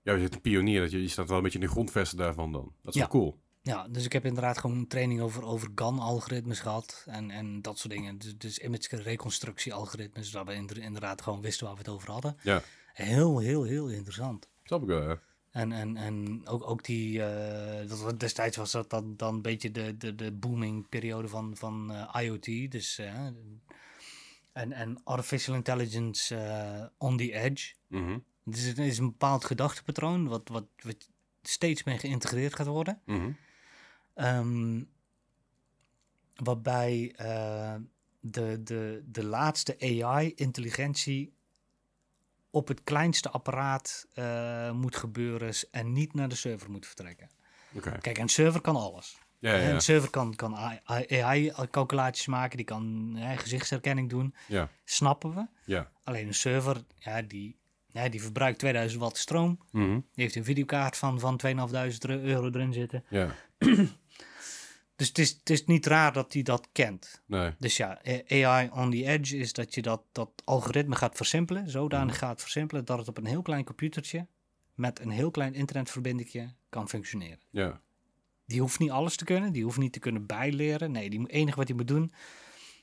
ja, je zit een pionier, dat je, je staat wel een beetje in de grondvesten daarvan dan. Dat is
Ja.
wel cool.
ja, dus ik heb inderdaad gewoon training over, over GAN-algoritmes gehad. En, en dat soort dingen. Dus, dus image-reconstructie-algoritmes. Dat we inder- inderdaad gewoon wisten waar we het over hadden.
Ja.
Heel, heel, heel interessant.
Snap ik wel, ja.
En, en, en ook, ook die, eh, dat, was- destijds was dat dan, dan een beetje de, de, de booming periode van, van eh, IoT. Dus, eh, en, en artificial intelligence eh, on the edge.
Mhm,
Dus het is een bepaald gedachtepatroon wat, wat, wat steeds meer geïntegreerd gaat worden.
mhm.
Ehm, waarbij eh, de, de, de laatste AI-intelligentie op het kleinste apparaat eh, moet gebeuren s- en niet naar de server moet vertrekken.
Oké.
Kijk, een server kan alles.
Ja,
Hè,
ja, ja.
Een server kan, kan AI-calculaties maken, die kan hè, gezichtsherkenning doen.
Ja.
Snappen we.
Ja.
Alleen een server, ja, die, ja, die verbruikt 2000 watt stroom.
Mhm,
Die heeft een videokaart van, van 2500 euro erin zitten.
Ja.
Dus het is, het is niet raar dat hij dat kent.
Nee.
Dus ja, eh, AI on the edge is dat je dat, dat algoritme gaat versimpelen. Zodanig gaat versimpelen dat het op een heel klein computertje met een heel klein internetverbindingje kan functioneren.
Ja.
Die hoeft niet alles te kunnen, die hoeft niet te kunnen bijleren. Nee, die moet- enige wat hij moet doen.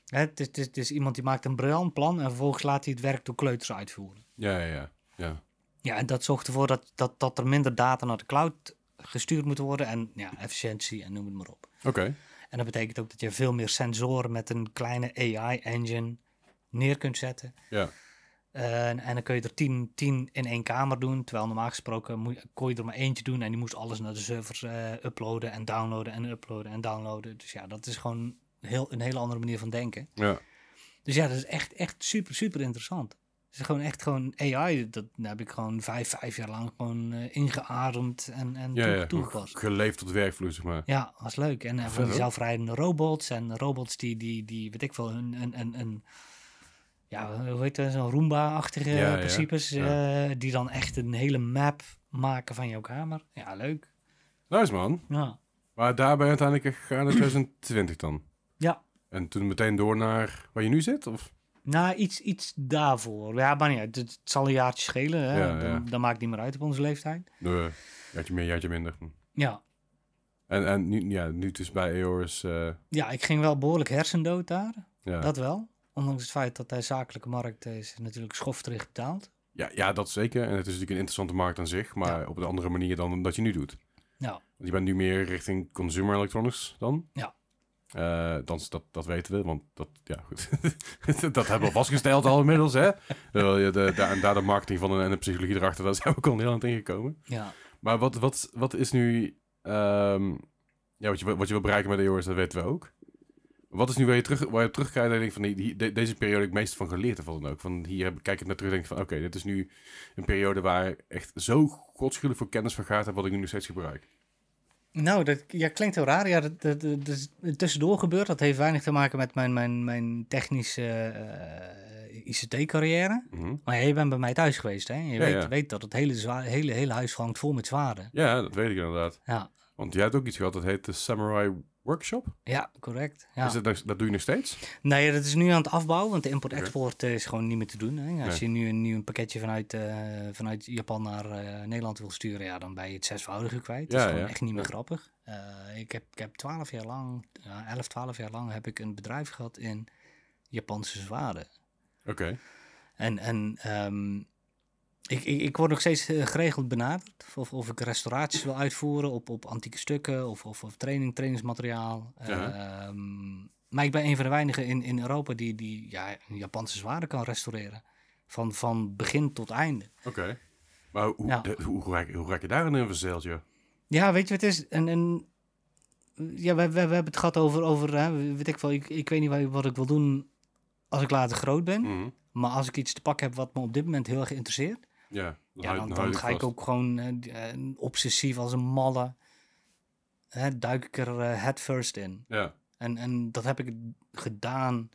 Hè, het, is, het, is, het is iemand die maakt een briljant plan en vervolgens laat hij het werk door kleuters uitvoeren.
Ja, ja, ja. Ja.
Ja, en dat zorgt ervoor dat, dat, dat er minder data naar de cloud gestuurd moet worden. En ja, efficiëntie en noem het maar op.
Oké.
En dat betekent ook dat je veel meer sensoren met een kleine AI-engine neer kunt zetten.
Ja.
Eh, en, en dan kun je er 10 10 in één kamer doen. Terwijl normaal gesproken moe- kon je er maar eentje doen. En die moest alles naar de servers eh, uploaden en downloaden en uploaden en downloaden. Dus ja, dat is gewoon heel, een hele andere manier van denken.
Ja.
Dus ja, dat is echt, echt super, super interessant. is gewoon echt gewoon AI. Dat, daar heb ik gewoon vijf, vijf jaar lang gewoon eh, ingeademd en, en
Ja,
toe-
ja.
toegepast.
Geleefd tot werkvloer, zeg maar.
Ja, was leuk. En eh, van die
Vet, hoor.
zelfrijdende robots en robots die, die, die weet ik veel, een, een, een, een ja, hoe heet dat, zo'n Roomba-achtige
Ja, ja,
principes,
ja.
eh, die dan echt een hele map maken van jouw kamer. Ja, leuk.
Nice, man.
Ja,
Maar daar ben je uiteindelijk echt gegaan in 2020 dan?
ja.
En toen meteen door naar waar je nu zit? Of?
nou, iets, iets daarvoor. Ja, maar niet uit. Het, het zal een jaartje schelen. Hè?
Ja, ja.
Dan, dan maakt het niet meer uit op onze leeftijd.
Nee, jaartje meer, jaartje minder.
Ja.
En, en nu, ja, nu dus bij Eoris. eh,
ja, ik ging wel behoorlijk hersendood daar.
ja.
Dat wel. Ondanks het feit dat de zakelijke markt eh, is natuurlijk schofterig betaald.
Ja, ja, dat zeker. En het is natuurlijk een interessante markt aan zich, maar op een andere manier dan dat je nu doet.
Ja.
Want je bent nu meer richting consumer electronics dan?
Ja.
Eh, dan dat, dat weten we, want dat, ja, goed. dat hebben we vastgesteld al inmiddels, hè? Terwijl je de, daar- en daar de marketing van en de psychologie erachter, daar zijn we ook al heel aan het ingekomen.
Ja.
Maar wat, wat, wat is nu... ehm, ja, wat je, wat je wil bereiken met de EOS, dat weten we ook. Wat is nu waar je, terug, waar je op terugkijkt en je denkt van... die- die- de- deze periode heb ik het meest van geleerd of wat dan ook. Van hier heb, kijk ik naar terug en denk van... Oké, dit is nu een periode waar ik echt zo godschuwelijk voor kennis vergaat heb... wat ik nu nog steeds gebruik.
Nou, dat ja, klinkt heel raar. Ja, dat, dat, dat is tussendoor gebeurd. Dat heeft weinig te maken met mijn, mijn, mijn technische eh, ICT-carrière.
Mhm.
Maar ja, je bent bij mij thuis geweest, hè? Je weet,
ja.
weet dat het hele, zwa- hele, hele huis hangt vol met zwaarden.
Ja, dat weet ik inderdaad.
Ja,
Want jij hebt ook iets gehad, dat heet de Samurai Workshop.
ja correct. Ja.
Is dat, nog- dat doe je nog steeds?
Nee, dat is nu aan het afbouwen, want de import-export eh, is gewoon niet meer te doen. Hè? Als je nu een, nu een pakketje vanuit, eh, vanuit Japan naar eh, Nederland wil sturen, ja, dan ben je het zesvoudige kwijt. dat
Ja,
is gewoon
ja.
echt niet meer
Ja.
grappig. Eh, ik heb ik heb twaalf jaar lang, ja, elf, twaalf jaar lang heb ik een bedrijf gehad in Japanse zwaarden.
Oké.
En, en ehm, ik, ik, ik word nog steeds eh, geregeld benaderd of, of ik restauraties wil uitvoeren op, op antieke stukken of, of, of training, trainingsmateriaal.
Ja.
Ehm, maar ik ben een van de weinigen in, in Europa die, die ja, Japanse zwaarden kan restaureren. Van, van begin tot einde.
Oké. Maar hoe,
Ja.
de- hoe, raak, hoe raak je daar een verzeild, joh?
Ja, weet je wat het is? En, en, ja, we, we, we hebben het gehad over, over hè, weet ik, wel, ik, ik weet niet wat, ik- wat ik wil doen als ik later groot ben.
Mhm.
Maar als ik iets te pakken heb wat me op dit moment heel erg interesseert,
Ja, dan,
Ja,
hou-
dan,
hou je
dan
het
ga ik
vast.
ook gewoon eh, d- eh, obsessief als een malle. Hè, duik ik er eh, headfirst in.
Ja.
En, en dat heb ik gedaan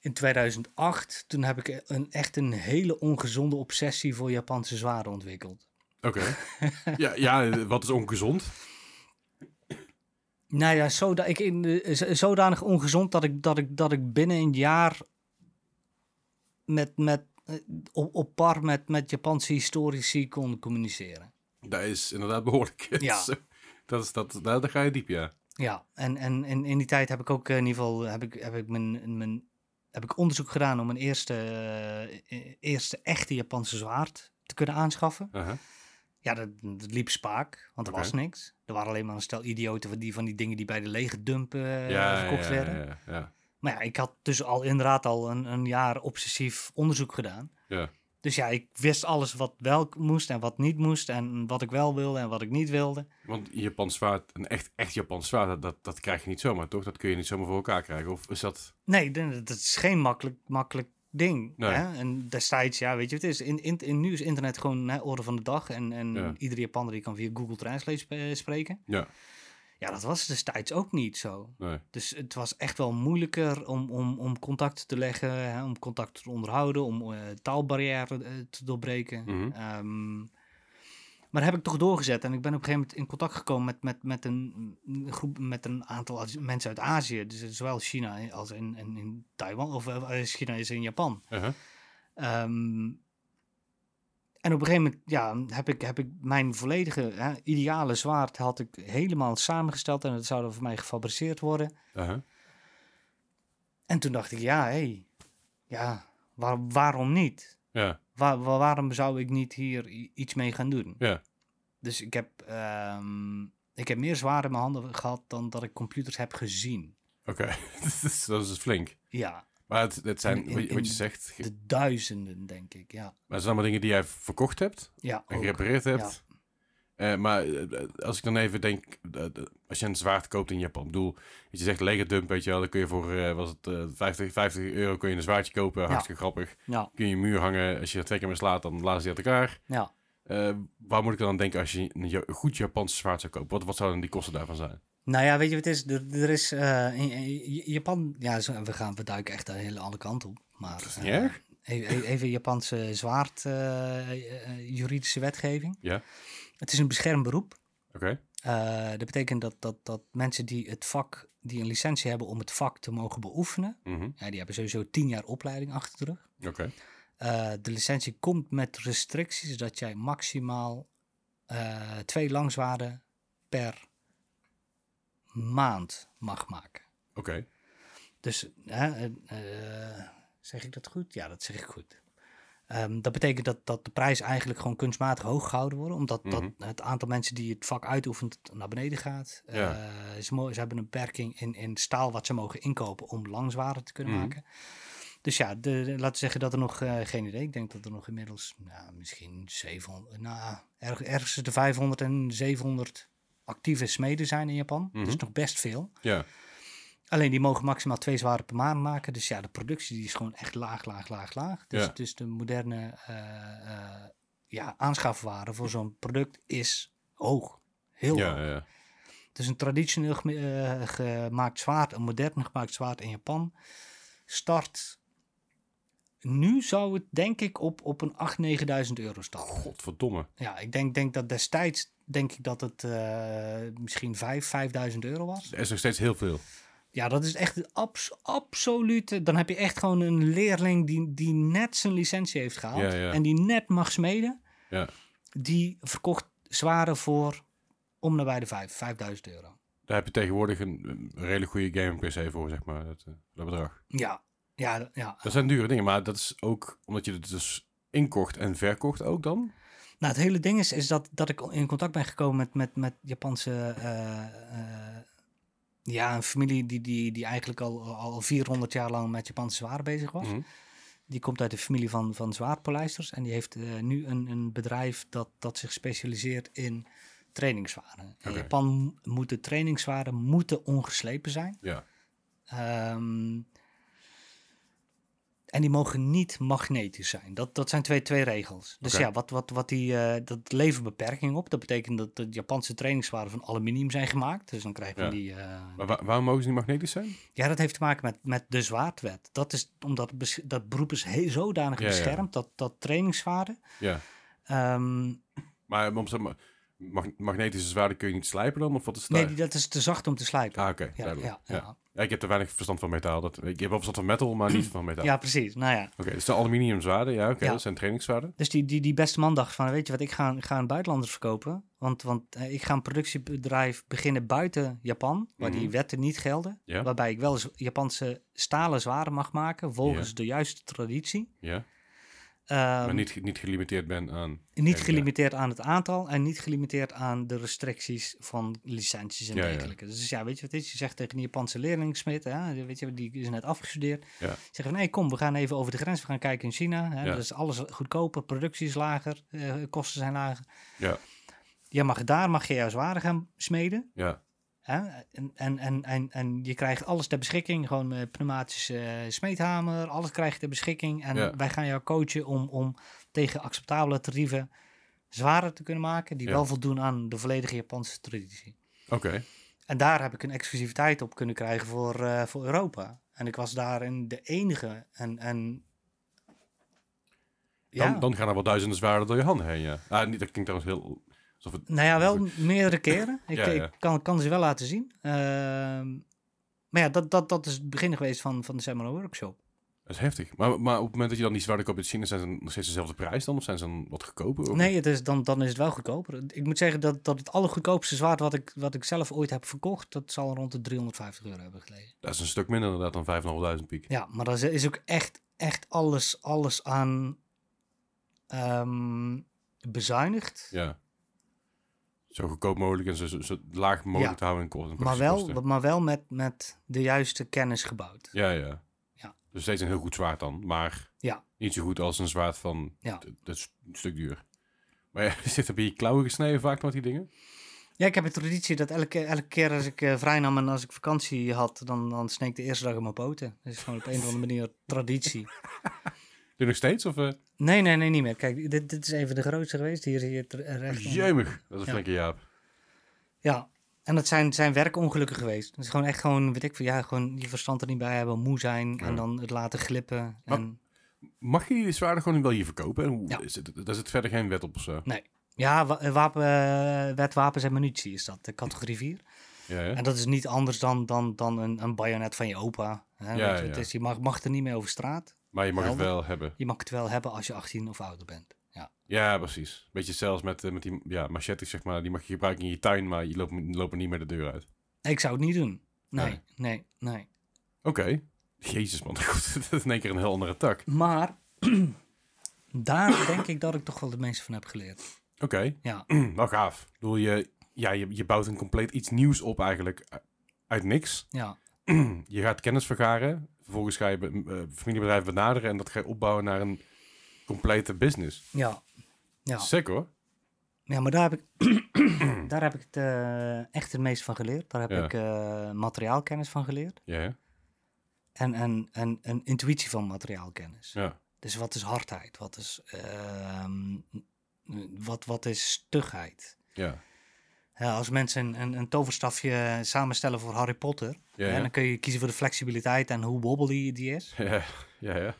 in 2008. Toen heb ik een, echt een hele ongezonde obsessie voor Japanse zwaarden ontwikkeld.
Oké. ja, ja, wat is ongezond?
Nou ja, zoda ik in, de- z- zodanig ongezond dat ik, dat, ik, dat ik binnen een jaar met, met, eh, op, op par met, met Japanse historici kon communiceren.
Dat is inderdaad behoorlijk.
Ja.
dat is, dat, daar, daar ga je diep, ja.
Ja, en, en, en in die tijd heb ik ook eh, in ieder geval heb ik, heb ik mijn, mijn, heb ik onderzoek gedaan om mijn eerste, eh, eh, eerste echte Japanse zwaard te kunnen aanschaffen.
Aha.
Ja, dat, dat liep spaak, want er
Oké.
was niks. Er waren alleen maar een stel idioten van die, van die dingen die bij de lege dumpen eh,
ja,
verkocht
ja,
werden.
Ja, ja, ja.
Maar ja, ik had dus al inderdaad al een, een jaar obsessief onderzoek gedaan.
Ja.
Dus ja, ik wist alles wat wel moest en wat niet moest. En wat ik wel wilde en wat ik niet wilde.
Want Japans zwaard, een echt, echt Japans zwaard, dat, dat, dat krijg je niet zomaar, toch? Dat kun je niet zomaar voor elkaar krijgen. Of is dat...
Nee, dat dat is geen makkelijk, makkelijk ding.
Nee.
Hè? En destijds, ja, weet je, wat het is. In, in, in, nu is internet gewoon hè, orde van de dag. En, en
Ja.
iedere Japaner die kan via Google Translate sp- eh, spreken.
Ja,
Ja, dat was destijds ook niet zo.
nee.
Dus het was echt wel moeilijker om, om, om contact te leggen, hè, om contact te onderhouden, om eh taalbarrière eh, te doorbreken.
Mhm.
Ehm, maar heb ik toch doorgezet en ik ben op een gegeven moment in contact gekomen met, met, met, een, mm, groep, met een aantal Azi- mensen uit Azië. Dus zowel China als in, in, in Taiwan, of eh, China is in Japan.
Aha.
Ehm, en op een gegeven moment ja, heb, ik, heb ik mijn volledige hè, ideale zwaard had ik helemaal samengesteld en het zou dan voor mij gefabriceerd worden.
Aha.
En toen dacht ik, ja, hé, ja, waar- waarom niet?
Ja,
Waar- waar- waarom zou ik niet hier i- iets mee gaan doen?
Ja.
Dus ik heb, ehm, ik heb meer zwaar in mijn handen gehad dan dat ik computers heb gezien.
oké. Dat is- dat is flink.
Ja,
Maar het, het zijn,
In- in-
wat je- wat je
in
zegt, ge-
de duizenden, denk ik, ja.
maar het zijn allemaal dingen die jij verkocht hebt
Ja,
en
ook.
gerepareerd hebt. Eh, maar eh, als ik dan even denk, eh, eh, als je een zwaard koopt in Japan, ik bedoel, als je zegt leger dump, weet je wel, dan kun je voor eh, was het, eh, 50, 50 euro kun je een zwaardje kopen, hartstikke grappig.
Ja,
Kun je een muur hangen, als je er twee keer mee slaat, dan laat ze die uit elkaar.
ja.
Eh, waar moet ik dan aan denken als je een Ja- goed Japans zwaard zou kopen? Wat, wat zouden die kosten daarvan zijn?
Nou ja, weet je wat het is? Er, er is eh, in- in Japan, ja, zo- we, gaan, we duiken echt een hele andere kant op. Maar,
is
eh,
niet erg.
e- e- even Japanse zwaard eh, eh, juridische wetgeving.
Ja.
Het is een beschermd beroep.
Oké,
Eh, dat betekent dat, dat, dat mensen die het vak, die een licentie hebben om het vak te mogen beoefenen,
Mhm.
ja, die hebben sowieso tien jaar opleiding achter de rug.
oké,
Eh, de licentie komt met restricties dat jij maximaal eh, twee langzwaarden per maand mag maken.
oké.
Dus hè, eh, eh, zeg ik dat goed? Ja, dat zeg ik goed. Ehm, dat betekent dat, dat de prijs eigenlijk gewoon kunstmatig hoog gehouden wordt, omdat
Mhm.
dat het aantal mensen die het vak uitoefent naar beneden gaat.
Ja.
Eh, ze, mo- ze hebben een beperking in, in staal wat ze mogen inkopen om langzwaren te kunnen
Mhm.
maken. Dus ja, de, de- laten we zeggen dat er nog, eh, geen idee, ik denk dat er nog inmiddels nou, misschien 700, nou, erg- ergens tussen de 500 en 700 actieve smeden zijn in Japan. Dat
Mhm.
is nog best veel.
Ja,
Alleen die mogen maximaal twee zware per maand maken. Dus ja, de productie die is gewoon echt laag, laag, laag, laag. Dus,
Ja.
dus de moderne eh, eh, ja, aanschafwaarde voor zo'n product is hoog. Heel hoog.
ja, ja.
Dus een traditioneel geme- eh, gemaakt zwaard, een modern gemaakt zwaard in Japan, start... Nu zou het denk ik op, op een 8.000, 9.000 euro starten.
Godverdomme.
Ja, ik denk, denk dat destijds denk ik dat het eh, misschien 5, 5.000 euro was.
Er is nog steeds heel veel.
Ja, dat is echt een abs absolute. Dan heb je echt gewoon een leerling die, die net zijn licentie heeft gehaald.
Ja, ja.
En die net mag smeden.
Ja.
Die verkocht zware voor om naar bij de vijf, 5000 euro.
Daar heb je tegenwoordig een, een redelijk goede gaming PC voor, zeg maar, dat, eh, dat bedrag.
Ja, ja, d- ja.
Dat zijn dure dingen, maar dat is ook omdat je het dus inkocht en verkocht ook dan.
Nou, het hele ding is, is dat, dat ik in contact ben gekomen met, met, met Japanse. eh, eh, ja, een familie die, die, die eigenlijk al, al 400 jaar lang met Japanse zwaren bezig was.
Mhm.
Die komt uit de familie van, van zwaardpolijsters. En die heeft eh, nu een, een bedrijf dat, dat zich specialiseert in trainingswaren. In
Oké.
Japan moeten trainingswaren moeten ongeslepen zijn.
Ja.
Ehm, en die mogen niet magnetisch zijn. Dat, dat zijn twee, twee regels. Dus
Oké.
ja, wat, wat, wat die, eh, dat levert beperkingen op. Dat betekent dat de Japanse trainingswaren van aluminium zijn gemaakt. Dus dan krijg je
Ja.
die... eh,
Maar wa- waarom mogen ze niet magnetisch zijn?
ja, dat heeft te maken met, met de zwaardwet. Dat is omdat bes- dat beroep is he- zodanig
Ja, ja.
beschermd dat, dat trainingswaarden.
Ja.
ehm,
Maar om zeg maar, mag- magnetische zwaarden kun je niet slijpen dan? Of wat is het
nee,
daar?
die- dat is te zacht om te slijpen.
Ah, oké.
ja, ja,
duidelijk.
ja,
Ja.
ja.
Ja, ik heb te weinig verstand van metaal. Dat, ik heb wel verstand van metal, maar niet van metaal.
precies. Nou ja.
Oké, dus de aluminium zwaarden, ja, oké,
Ja.
dat zijn trainingszwaarden.
Dus die, die, die beste man dacht van, weet je wat, ik ga, ik ga een buitenlander verkopen. Want, want eh, ik ga een productiebedrijf beginnen buiten Japan, waar die
Mhm.
wetten niet gelden.
Ja.
Waarbij ik wel z- Japanse stalen zwaren mag maken, volgens de juiste traditie.
Ja,
Ehm,
maar niet, niet gelimiteerd ben aan...
Niet
Ja.
gelimiteerd aan het aantal en niet gelimiteerd aan de restricties van licenties en
Ja, ja.
dergelijke. Dus ja, weet je wat het is? Je zegt tegen een Japanse leerlingsmid, hè, weet je, die is net afgestudeerd.
Ja.
Zeggen van, hey, kom, we gaan even over de grens, we gaan kijken in China. Hè,
Ja.
Dat is alles goedkoper, productie is lager, eh, kosten zijn lager.
Ja,
Je mag daar, mag je jouw zware gaan smeden.
ja,
Hè? En, en, en, en, en je krijgt alles ter beschikking, gewoon eh, pneumatische eh, smeedhamer, alles krijg je ter beschikking. En
Ja.
wij gaan jou coachen om, om tegen acceptabele tarieven zwaarder te kunnen maken, die
Ja.
wel voldoen aan de volledige Japanse traditie.
oké.
En daar heb ik een exclusiviteit op kunnen krijgen voor, eh, voor Europa. En ik was daarin de enige. En, en
Dan, dan gaan er wel duizenden zwaarden door je handen heen, ja. Ah, niet, dat klinkt trouwens heel... Alsof het...
Nou ja, wel meerdere keren. Ik,
Ja, ja.
ik kan, kan ze wel laten zien. Ehm, maar ja, dat, dat, dat is het begin geweest van, van de Seminar Workshop.
Dat is heftig. Maar, maar op het moment dat je dan die zwaarden koopt in China, zijn ze nog steeds dezelfde prijs dan? Of zijn ze dan wat goedkoper? Of-
Nee, het is, dan, dan is het wel goedkoper. Ik moet zeggen dat, dat het allergoedkoopste zwaard wat ik, wat ik zelf ooit heb verkocht, dat zal rond de 350 euro hebben gelegen.
Dat is een stuk minder inderdaad dan 5.500 piek.
Ja, maar dat is, is ook echt, echt alles, alles aan ehm, bezuinigd.
Ja. Zo goedkoop mogelijk en zo, zo, zo laag mogelijk
Ja.
te houden in kosten.
maar, wel, maar wel met, met de juiste kennis gebouwd.
Ja, ja,
Ja.
Dus steeds een heel goed zwaard dan, maar
Ja.
niet zo goed als een zwaard van
Ja.
dat is een stuk duur. Maar Maar ja, zit er bij je klauwen gesneden vaak met die dingen?
Ja, ik heb een traditie dat elke, elke keer als ik eh, vrij nam en als ik vakantie had, dan, dan sneek ik de eerste dag in mijn poten. Dat is gewoon op een of andere manier traditie.
Doe je nog steeds? Of, eh
Nee, nee, nee, niet meer. Kijk, dit, dit is even de grootste geweest. Hier zie je het er- recht. onder.
Jeumig, dat is
Ja.
een flinke jaap.
Ja, en dat zijn, zijn werkongelukken geweest. Dat is gewoon echt gewoon, weet ik veel, ja, gewoon je verstand er niet bij hebben, moe zijn
Ja.
en dan het laten glippen.
Maar-
En,
Mag je die zwaarden gewoon wel hier verkopen? En hoe
Ja.
is het, daar zit verder geen wet op of zo.
ja, wa- eh, wapen, eh, wet wapens en munitie is dat, de categorie 4.
Ja, ja.
En dat is niet anders dan, dan, dan een, een bajonet van je opa. Hè?
Ja,
Weet je, het
ja.
is, je mag, mag er niet mee over straat.
Maar je mag het
Helder.
wel hebben.
Je mag het wel hebben als je 18 of ouder bent. Ja,
Ja, precies. Beetje zelfs met, eh, met die ja, machetes, zeg maar. Die mag je gebruiken in je tuin, maar je loopt, loopt er niet meer de deur uit.
ik zou het niet doen.
Nee.
nee, nee. nee.
Oké. Jezus, man. Goed, dat is in één keer een heel andere tak.
Maar daar denk ik dat ik toch wel het meeste van heb geleerd.
Oké.
Ja,
nou, gaaf. Ik bedoel, je, ja, je, je bouwt een compleet iets nieuws op eigenlijk u- uit niks.
ja,
je gaat kennis vergaren. Vervolgens ga je be- eh, familiebedrijven benaderen en dat ga je opbouwen naar een complete business.
ja. Ja,
Sick hoor.
ja maar daar heb ik, daar heb ik het, eh, echt het meest van geleerd. Daar heb
Ja.
ik eh, materiaalkennis van geleerd.
Ja, hè?
En, en, en een intuïtie van materiaalkennis.
ja.
Dus wat is hardheid? Wat is, ehm, wat, wat is stugheid?
Ja.
Ja, als mensen een, een, een toverstafje samenstellen voor Harry Potter,
Ja,
hè,
ja.
dan kun je kiezen voor de flexibiliteit en hoe wobbly die is.
Ja, ja. ja, ja.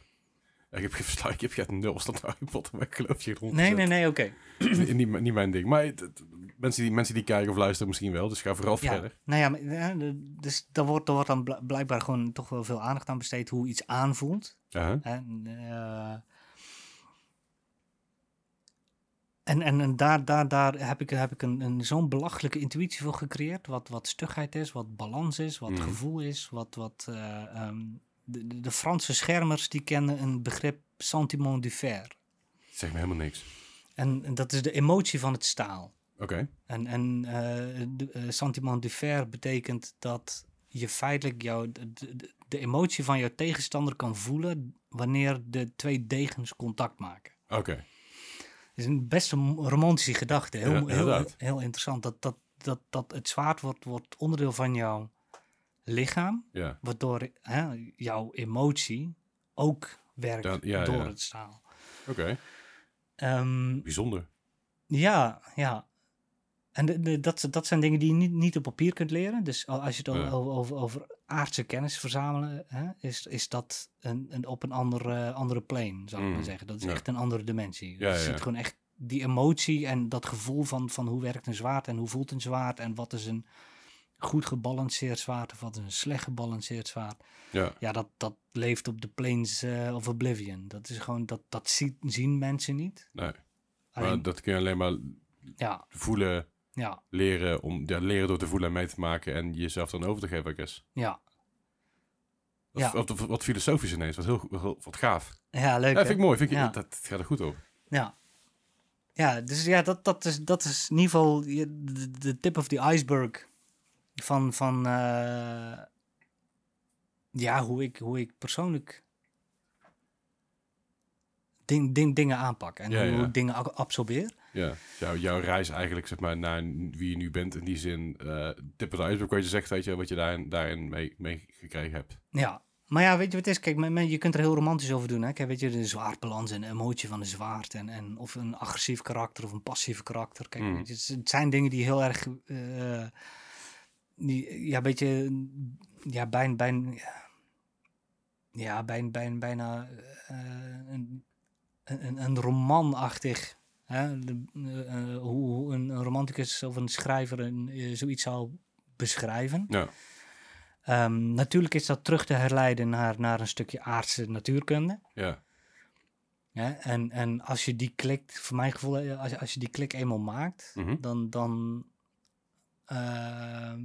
Ik heb geen verslag, ik heb geen nul stand Harry Potter, maar ik geloof je rond.
Nee, nee, nee, oké.
niet, niet, niet mijn ding. Maar het- het- mensen, die, mensen die kijken of luisteren misschien wel, dus ga vooral
Ja,
verder.
nou ja, maar, ja, de- dus daar wordt, daar wordt dan bl- blijkbaar gewoon toch wel veel aandacht aan besteed hoe iets aanvoelt.
Aha.
En, eh, en, en, en daar, daar, daar heb ik, heb ik een, een, zo'n belachelijke intuïtie voor gecreëerd. Wat, wat stugheid is, wat balans is, wat
Mhm.
gevoel is. Wat, wat, eh, ehm, de, de- de Franse schermers die kennen een begrip sentiment du faire.
Zeg me helemaal niks.
En, en dat is de emotie van het staal.
Oké.
En, en eh, de- eh, sentiment du faire betekent dat je feitelijk jou, de, de- de emotie van jouw tegenstander kan voelen wanneer de twee degens contact maken.
Oké.
Het is een best een romantische gedachte. Heel,
Ja,
heel,
inderdaad.
heel interessant. Dat, dat, dat, dat het zwaard wordt, wordt onderdeel van jouw lichaam,
Ja.
waardoor hè, jouw emotie ook werkt
Dat- ja,
door
ja.
het staal.
Oké.
Ehm,
Bijzonder.
Ja, ja. En de- de- dat, dat zijn dingen die je niet, niet op papier kunt leren. Dus al- als je het
Ja.
over, over, over, over aardse kennis verzamelen, hè, is, is dat een, een, op een andere, andere plane, zou ik
Mm,
maar zeggen. Dat is
ja.
echt een andere dimensie.
Ja,
je
ja, ja.
ziet gewoon echt die emotie en dat gevoel van, van hoe werkt een zwaard en hoe voelt een zwaard en wat is een goed gebalanceerd zwaard of wat is een slecht gebalanceerd zwaard.
Ja.
Ja, dat, dat leeft op de planes eh, of oblivion. Dat is gewoon, dat, dat ziet, zien mensen niet.
Nee. Maar
Alleen-
dat kun je alleen maar
ja,
voelen,
ja.
leren, om, ja, leren door te voelen en mee te maken en jezelf dan over te geven, I guess.
Ja,
Wat,
Ja.
wat, wat filosofisch ineens, wat heel wat, wat gaaf.
ja leuk.
Ja,
hè?
vind ik mooi, vind ik,
Ja.
dat, dat gaat er goed op.
Ja. ja, dus ja, dat, dat, is, dat is in ieder geval je- de, de tip of the iceberg van, van eh, ja, hoe, ik, hoe ik persoonlijk ding, ding, dingen aanpak en
Ja,
hoe
ja.
ik dingen a- absorbeer.
Ja. Jouw, jouw reis eigenlijk, zeg maar, naar wie je nu bent, in die zin, eh tip of the iceberg, wat je zegt, weet je, wat je daarin, daarin mee, mee gekregen hebt.
Ja. Maar ja, weet je wat het is? Kijk, men- men- je kunt er heel romantisch over doen. Hè? Kijk, weet je, de zwaardbalans en de emotie van een zwaard. En, en of een agressief karakter of een passief karakter. Kijk,
Mm.
weet je, het z- het zijn dingen die heel erg... eh, die, ja, een beetje... Ja, bijna... bijna ja, bijna... bijna, bijna eh, een, een, een romanachtig... Hè? De- eh, eh, hoe hoe een, een romanticus of een schrijver een, eh, zoiets zou beschrijven.
Ja.
Ehm, natuurlijk is dat terug te herleiden naar, naar een stukje aardse natuurkunde.
Ja.
Hè? En, en als je die klik, voor mijn gevoel, eh, als, je- als je die klik eenmaal maakt,
Mhm.
dan. dan ehm,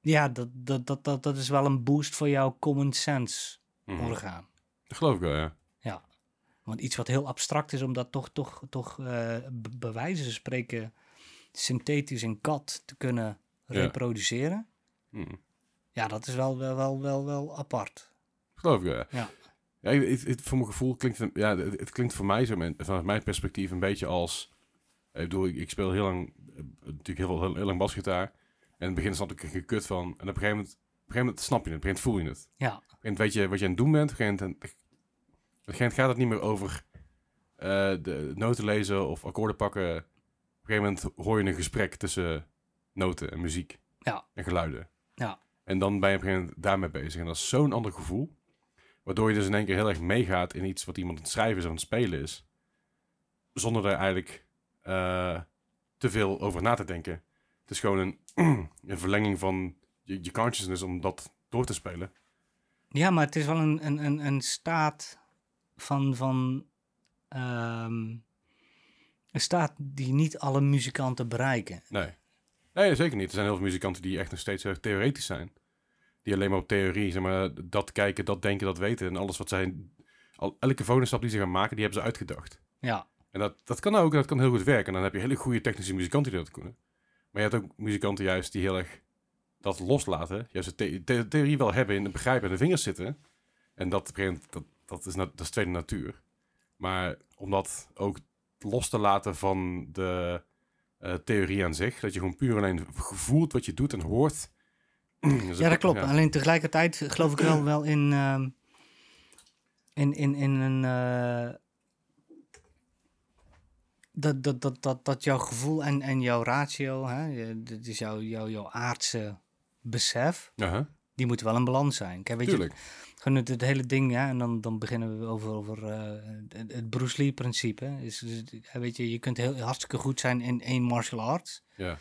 ja, dat, dat, dat, dat, dat is wel een boost voor jouw common sense
Mhm.
orgaan.
Dat geloof ik wel, ja.
Ja. Want iets wat heel abstract is, om dat toch, toch, toch eh, b- bij wijze van spreken synthetisch in kat te kunnen
Ja.
reproduceren.
Mhm.
Ja, dat is wel, wel, wel, wel, wel apart.
Geloof ik wel, ja.
Ja.
Ja, het, het- voor mijn gevoel klinkt het, ja, het, het klinkt voor mij zo, men- vanuit mijn perspectief, een beetje als. Ik bedoel, ik, ik speel heel lang, eh, natuurlijk heel, veel- heel, heel lang basgitaar. En in het begin snap ik er geen kut van. En op een gegeven moment, op een gegeven moment snap je het, op een gegeven moment voel je het.
Ja,
Op een gegeven moment weet je wat je aan het doen bent. Op een gegeven moment, op een gegeven moment gaat het niet meer over eh, de noten lezen of akkoorden pakken. Op een gegeven moment hoor je een gesprek tussen noten en muziek
Ja.
en geluiden.
Ja.
En dan ben je op een gegeven moment daarmee bezig. En dat is zo'n ander gevoel. Waardoor je dus in één keer heel erg meegaat in iets wat iemand aan het schrijven is of aan het spelen is. Zonder er eigenlijk eh, te veel over na te denken. Het is gewoon een, een verlenging van je, je consciousness om dat door te spelen.
ja maar het is wel een, een, een, een staat van. van ehm, een staat die niet alle muzikanten bereiken.
Nee. Nee, zeker niet. Er zijn heel veel muzikanten die echt nog steeds heel erg theoretisch zijn. Die alleen maar op theorie, zeg maar, dat kijken, dat denken, dat weten. En alles wat zij, al, elke volgende stap die ze gaan maken, die hebben ze uitgedacht.
Ja,
En dat, dat kan ook, en dat kan heel goed werken. En dan heb je hele goede technische muzikanten die dat kunnen. Maar je hebt ook muzikanten juist die heel erg dat loslaten. Juist de the- the- theorie wel hebben en het begrijpen en de vingers zitten. En dat, op een gegeven moment- dat, dat, is, na- dat is tweede natuur. Maar om dat ook los te laten van de eh, theorie aan zich. Dat je gewoon puur alleen voelt wat je doet en hoort. Dus
ja dat klopt.
ja.
Alleen tegelijkertijd geloof ik wel, wel in, ehm, in, in, in een. eh, dat, dat, dat, dat, dat jouw gevoel en, en jouw ratio, hè, je- dat is jouw, jouw, jouw aardse besef,
Aha,
die moet wel in balans zijn. Kijk, weet je,
tuurlijk.
Gewoon het, het hele ding, ja, en dan, dan beginnen we over, over eh, het, het Bruce Lee-principe. Is, is- ja, weet je, je kunt heel, hartstikke goed zijn in één martial arts.
Ja.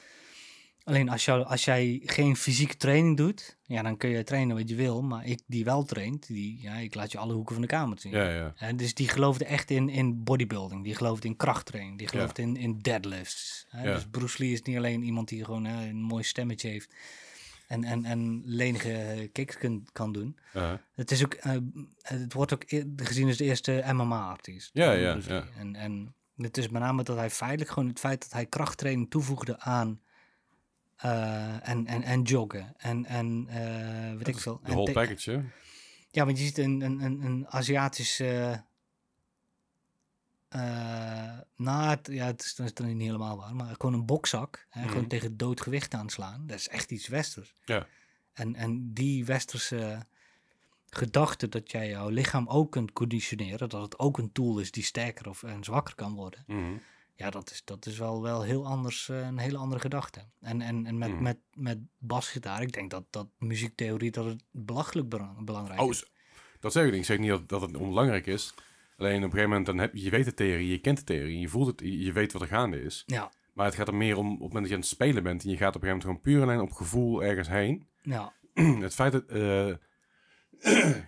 Alleen als, jou, als jij geen fysieke training doet, ja, dan kun je trainen wat je wil. Maar ik die wel traint, die, ja, ik laat je alle hoeken van de kamer zien.
Ja, ja.
Hè, dus die geloofde echt in, in bodybuilding, die geloofde in krachttraining, die geloofde in, in deadlifts. Hè?
Ja.
Dus Bruce Lee is niet alleen iemand die gewoon hè, een mooi stemmetje heeft en, en, en lenige eh, kicks kun- kan doen.
Aha.
Het, is ook, eh, het wordt ook eer- gezien als de eerste MMA-artiest.
Ja, ja, ja.
En, en het is met name dat hij feitelijk gewoon het feit dat hij krachttraining toevoegde aan. eh, en, en, en joggen. En, en eh weet ik veel.
De
En
whole
te-
package, hè?
Ja, want je ziet een, een, een, een Aziatische. eh, nou, het, ja, het is, dat is dan niet helemaal waar. Maar gewoon een bokzak. Hè, Gewoon
Mhm.
tegen dood gewicht aanslaan. Dat is echt iets westers.
Ja.
En, en die westerse gedachte dat jij jouw lichaam ook kunt conditioneren, dat het ook een tool is die sterker of en zwakker kan worden.
Mhm.
Ja, dat is, dat is wel, wel heel anders, eh, een hele andere gedachte. En, en, en met,
Mhm.
met, met basgitaar, ik denk dat, dat muziektheorie dat het belachelijk belang- belangrijk
Oh,
is.
zo- dat zeg ik niet. Ik zeg niet dat, dat het onbelangrijk is. Alleen op een gegeven moment, dan heb, je je weet de theorie, je kent de theorie, je voelt het, je je weet wat er gaande is.
Ja,
Maar het gaat er meer om, op het moment dat je aan het spelen bent en je gaat op een gegeven moment gewoon puur alleen op gevoel ergens heen.
ja,
het feit dat... eh, ik weet op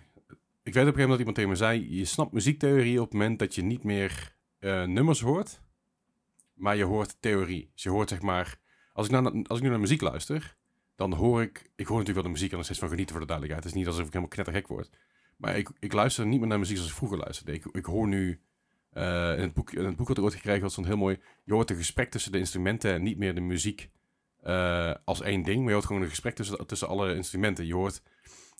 een gegeven moment dat iemand tegen me zei, je snapt muziektheorie op het moment dat je niet meer eh, nummers hoort, maar je hoort theorie. Dus je hoort zeg maar, als ik, nou, na- als ik nu naar muziek luister, dan hoor ik, ik hoor natuurlijk wel de muziek en er steeds van genieten voor de duidelijkheid. Het is niet alsof ik helemaal knettergek word. Maar ik, ik luister niet meer naar muziek zoals ik vroeger luisterde. Ik, ik hoor nu, eh, in, het boek, in het boek wat ik ooit gekregen had, stond heel mooi, je hoort een gesprek tussen de instrumenten en niet meer de muziek eh, als één ding. Maar je hoort gewoon een gesprek tussen, tussen alle instrumenten. Je hoort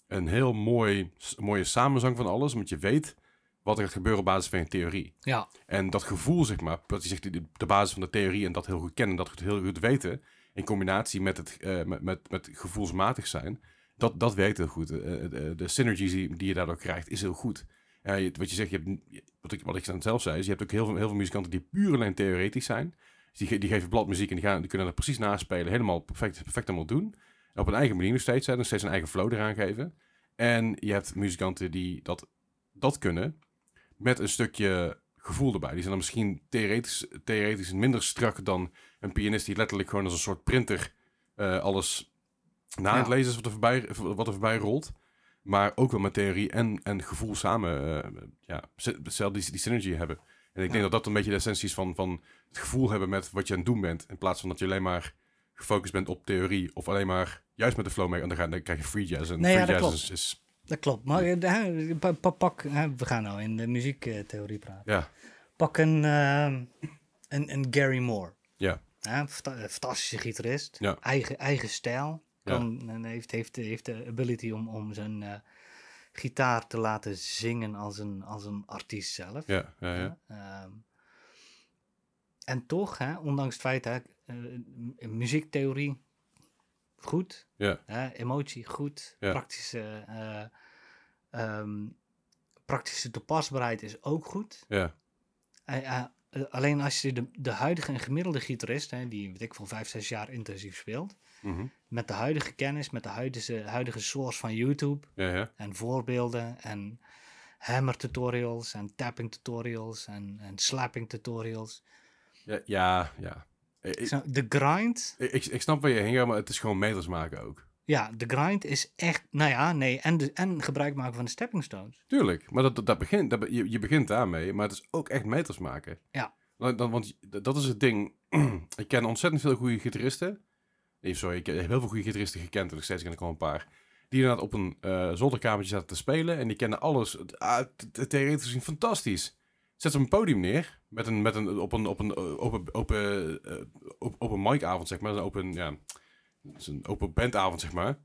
een heel mooi, s- mooie samenzang van alles, want je weet wat er gaat gebeuren op basis van je theorie.
ja,
En dat gevoel, zeg maar, dat je zegt, de- de basis van de theorie en dat heel goed kennen, dat goed, heel goed weten, in combinatie met het eh, met, met, met gevoelsmatig zijn, dat, dat werkt heel goed. Eh, eh, de, de synergies die, die je daardoor krijgt, is heel goed. Eh, je- wat je zegt, je hebt, n- je- wat, ik, wat ik dan zelf zei, is je hebt ook heel veel, heel veel muzikanten die puur alleen theoretisch zijn. Dus die, ge- die geven bladmuziek en die, gaan, die kunnen dat precies naspelen, helemaal perfect, perfect allemaal doen. En op een eigen manier nog steeds zijn, nog steeds een eigen flow eraan geven. En je hebt muzikanten die dat, dat kunnen met een stukje gevoel erbij. Die zijn dan misschien theoretisch, theoretisch minder strak dan een pianist die letterlijk gewoon als een soort printer eh, alles na
Ja.
het lezen is wat er voorbij, wat er voorbij rolt. Maar ook wel met theorie en, en gevoel samen eh, ja, ze- zelf die, die synergy hebben. En ik denk dat
Ja.
dat een beetje de essentie is van, van het gevoel hebben met wat je aan het doen bent. In plaats van dat je alleen maar gefocust bent op theorie of alleen maar juist met de flow mee. En dan, ga, dan krijg je free jazz. En
Nee, ja,
free
dat
jazz
klopt.
is, is-
dat klopt. Maar eh, hè, pa- pa- pak, hè, we gaan nou in de muziektheorie praten.
Ja,
Pak een, ehm, een, een Gary Moore.
ja,
Hè, een fanta- een fantastische gitarist.
Ja.
Eigen, eigen stijl.
Ja.
Kan, en heeft, heeft, heeft de ability om, om zijn eh, gitaar te laten zingen als een, als een artiest zelf.
Ja, ja, ja.
Hè? Ehm, en toch, hè, ondanks het feit, hè, eh, m- muziektheorie goed,
Ja.
hè, emotie goed,
Ja.
praktische, eh, ehm, praktische toepasbaarheid is ook goed.
ja.
Eh, eh, eh, alleen als je de, de huidige en gemiddelde gitarist, hè, die weet ik van vijf, zes jaar intensief speelt,
Mhm.
met de huidige kennis, met de huidige, huidige source van YouTube,
ja, ja.
en voorbeelden en hammer tutorials en tapping tutorials en, en slapping tutorials.
Ja, ja, ja. Ik, ik,
Zo, De grind,
ik- ik snap waar je heen gaat, maar het is gewoon meters maken ook.
ja, de grind is echt, nou ja, nee, en, de, en gebruik maken van de stepping stones.
Tuurlijk, maar dat, dat, dat begint, dat, be- je, je begint daarmee, maar het is ook echt meters maken.
Ja.
Dan, dan- want d- dat is het ding. ik ken ontzettend veel goede gitaristen. Nee, sorry, ik heb heel veel goede gitaristen gekend en nog steeds ken ik al een paar. Die inderdaad op een eh zolderkamertje zaten te spelen en die kennen alles. Het- ah, het- het Theoretisch gezien fantastisch. Zet ze op een podium neer met een, met een, op een, op een eh, open, open, eh, op- open mic-avond, zeg maar. Een open, ja, het is een open bandavond, zeg maar.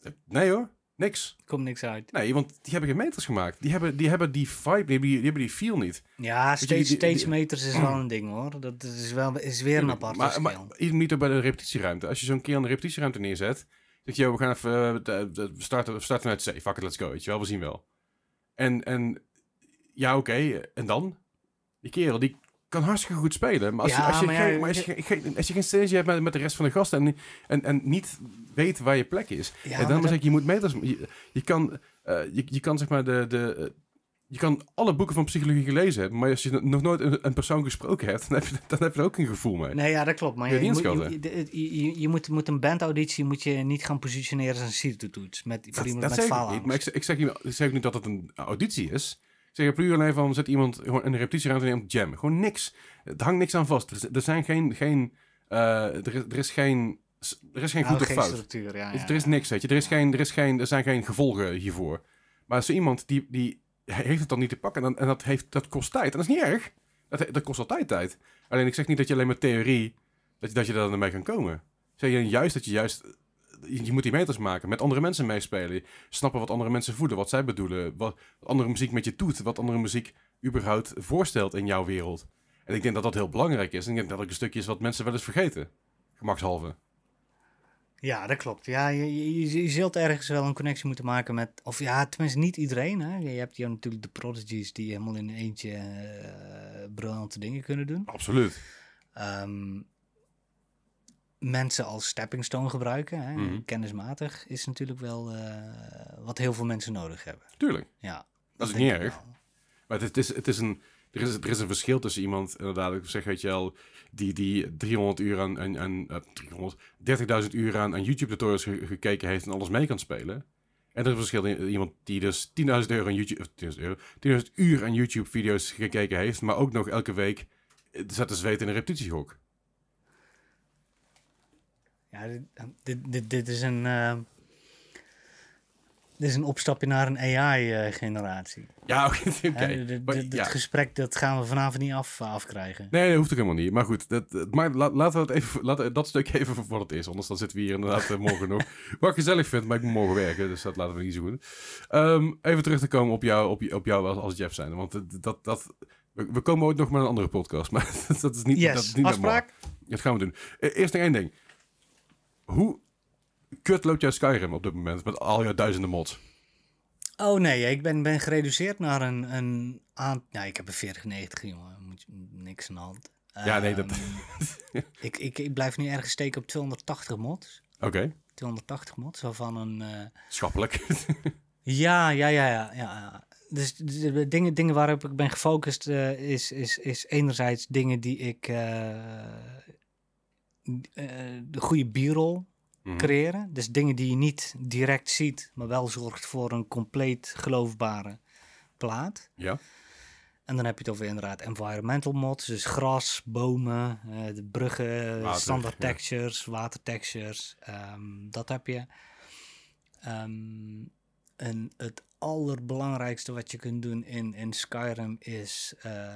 Eh, Nee hoor, niks.
Komt niks uit.
Nee, want die hebben geen meters gemaakt. Die hebben die, hebben die vibe, die hebben die, die hebben die feel niet.
Ja,
je, die-
steeds,
die-
steeds
die-
meters is wel een ding hoor. Dat is, wel, is weer een apart
maar,
verschil.
maar even niet ook bij de repetitieruimte. Als je zo'n keer aan de repetitieruimte neerzet, zeg je, "Yo, we gaan even eh, de- de- we starten, we starten uit C. Fuck it, let's go. Weet je wel, we zien wel. En, en ja, oké. En dan? Die kerel, die kan hartstikke goed spelen. Maar als, je,
Ja,
als, je,
maar ja,
geen, maar als, je, geen- als je geen synergie hebt met, met de rest van de gasten en, en, en niet weet waar je plek is.
Ja,
en
maar
dan
dat-
zeg ik, je moet meters... Je, je kan, eh, je, je kan zeg maar de... de eh, je kan alle boeken van psychologie gelezen hebben, maar als je nog nooit een, een persoon gesproken hebt, dan heb, je, dan heb je er ook een gevoel mee.
Nee, ja, dat klopt. Maar
Kun
je,
je
je, moet,
die
je, je- je- je moet, moet een bandauditie moet je niet gaan positioneren als een CITO-toets. Met, voor iemand met
zeg ik niet,
faalangst.
maar ik, zeg- ik zeg, niet- ik zeg ook niet dat het een auditie is. Ik zeg er puur alleen van, zet iemand gewoon in een repetitieruimte neer om te jammen. Gewoon niks. Er hangt niks aan vast. Er z- Er zijn geen... geen eh, er, is, er is geen... s- Er is geen
Nou,
goed of
geen
fout.
structuur, ja,
Het-
Ah, ja,
Er is
ja.
niks, weet je. Er, is geen, er, is geen, er zijn geen gevolgen hiervoor. Maar zo iemand die, die heeft het dan niet te pakken. En, dan- en dat, heeft, dat kost tijd. En dat is niet erg. Dat, dat kost altijd tijd. Alleen ik zeg niet dat je alleen met theorie... dat je, dat je daar dan mee kan komen. Ik Zeg je juist dat je juist... Je je moet die meters maken, met andere mensen meespelen. Snappen wat andere mensen voelen, wat zij bedoelen. Wat andere muziek met je doet. Wat andere muziek überhaupt voorstelt in jouw wereld. En ik denk dat dat heel belangrijk is. En ik denk dat ook een stukje is wat mensen wel eens vergeten. Gemakshalve.
Ja, dat klopt. Ja, je, je- je, je zult ergens wel een connectie moeten maken met... Of ja, tenminste niet iedereen. Hè. Je hebt hier natuurlijk de prodigies die helemaal in hun eentje eh, briljante dingen kunnen doen.
Absoluut.
Ehm, mensen als stepping stone gebruiken, hè.
Mhm.
kennismatig, is natuurlijk wel eh, wat heel veel mensen nodig hebben.
Tuurlijk.
Ja,
Dat is
denk
niet
ik
erg.
wel.
Maar het, het is, het is een, er, is, er is een verschil tussen iemand, inderdaad, ik zeg, weet je wel, die, die 300 uur aan, aan, aan eh, 300, 30.000 uur aan, aan YouTube-tutorials ge- gekeken heeft en alles mee kan spelen. En er is een verschil in iemand die dus 10.000 euro aan YouTube, of 10.000 euro, 10.000 uur aan YouTube-video's gekeken heeft, maar ook nog elke week eh, zat te zweten in een repetitiehok.
Ja, dit, dit, dit, dit is een... eh, dit is een opstapje naar een eh, AI-generatie.
Ja, oké. oké. Maar
Het
ja.
gesprek dat gaan we vanavond niet af, afkrijgen.
Nee, dat hoeft ook helemaal niet. Maar goed, dat, dat- maar la- laten we het even, laten we dat stuk even voor wat het is. Anders dan zitten we hier inderdaad eh, morgen nog. Wat ik gezellig vind, maar ik moet morgen werken. Dus dat laten we niet zo goed. Ehm, even terug te komen op jou, op, je- op jou als, als Jeff zijn. Want dat, dat, dat, we, we komen ooit nog met een andere podcast. Maar dat, dat is niet, dat is
Yes,
niet normaal.
afspraak.
Dat gaan we doen. E- Eerst nog één ding. Hoe kut loopt jouw Skyrim op dit moment met al jouw duizenden mods?
Oh nee, ik ben, ben gereduceerd naar een, een aan... Nou, ik heb een 4090, jongen. Moet je, niks aan de hand.
Ja, nee, dat-
Ehm, ik, ik, ik blijf nu ergens steken op 280 mods.
Oké,
280 mods, waarvan een... eh,
schappelijk.
Ja, ja, ja, ja. ja. Dus de- de dingen, dingen waarop ik ben gefocust eh, is, is, is enerzijds dingen die ik... eh, eh, de goede b-roll
Mhm.
creëren. Dus dingen die je niet direct ziet, maar wel zorgt voor een compleet geloofbare plaat.
ja,
En dan heb je het over inderdaad environmental mods, dus gras, bomen, eh, de bruggen,
Water,
standaard
ja.
textures, water textures, ehm, dat heb je. Ehm, en het allerbelangrijkste wat je kunt doen in, in Skyrim is, eh,